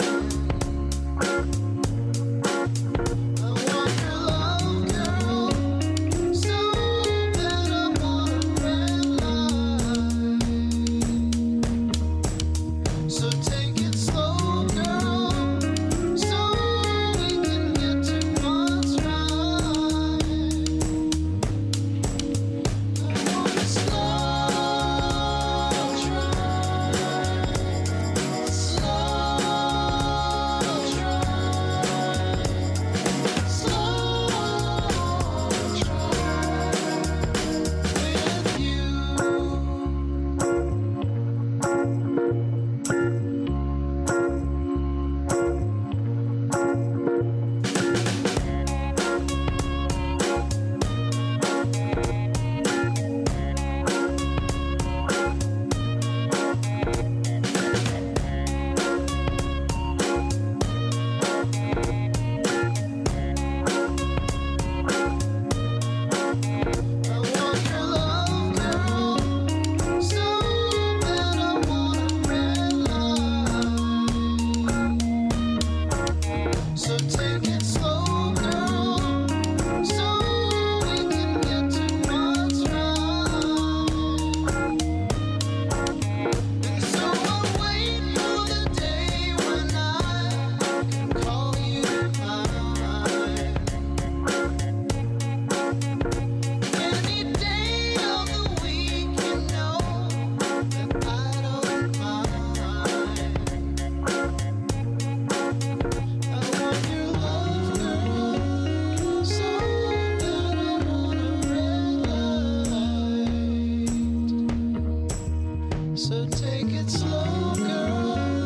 S7: So take it slow, girl,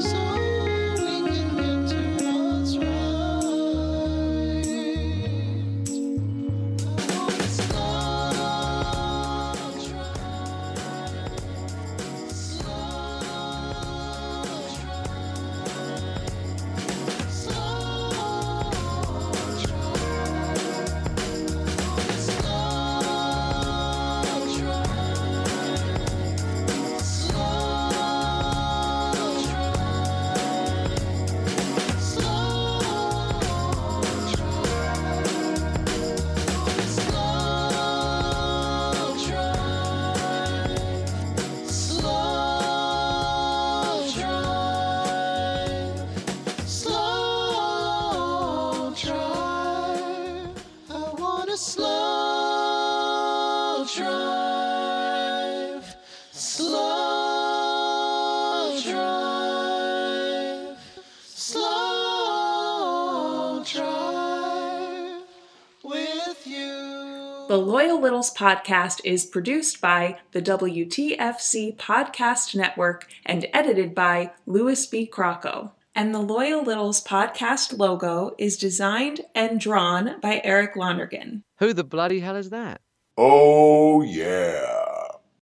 S7: so we can get to what's right. I won't start on a track. Slow on a track. Slow on a track. I won't start on a track. Slow drive. Slow drive. Slow drive with you.
S1: The Loyal Littles podcast is produced by the WTFC Podcast Network and edited by Louis B. Crocco. And the Loyal Littles podcast logo is designed and drawn by Eric Lonergan.
S5: Who the bloody hell is that?
S13: Oh, yeah.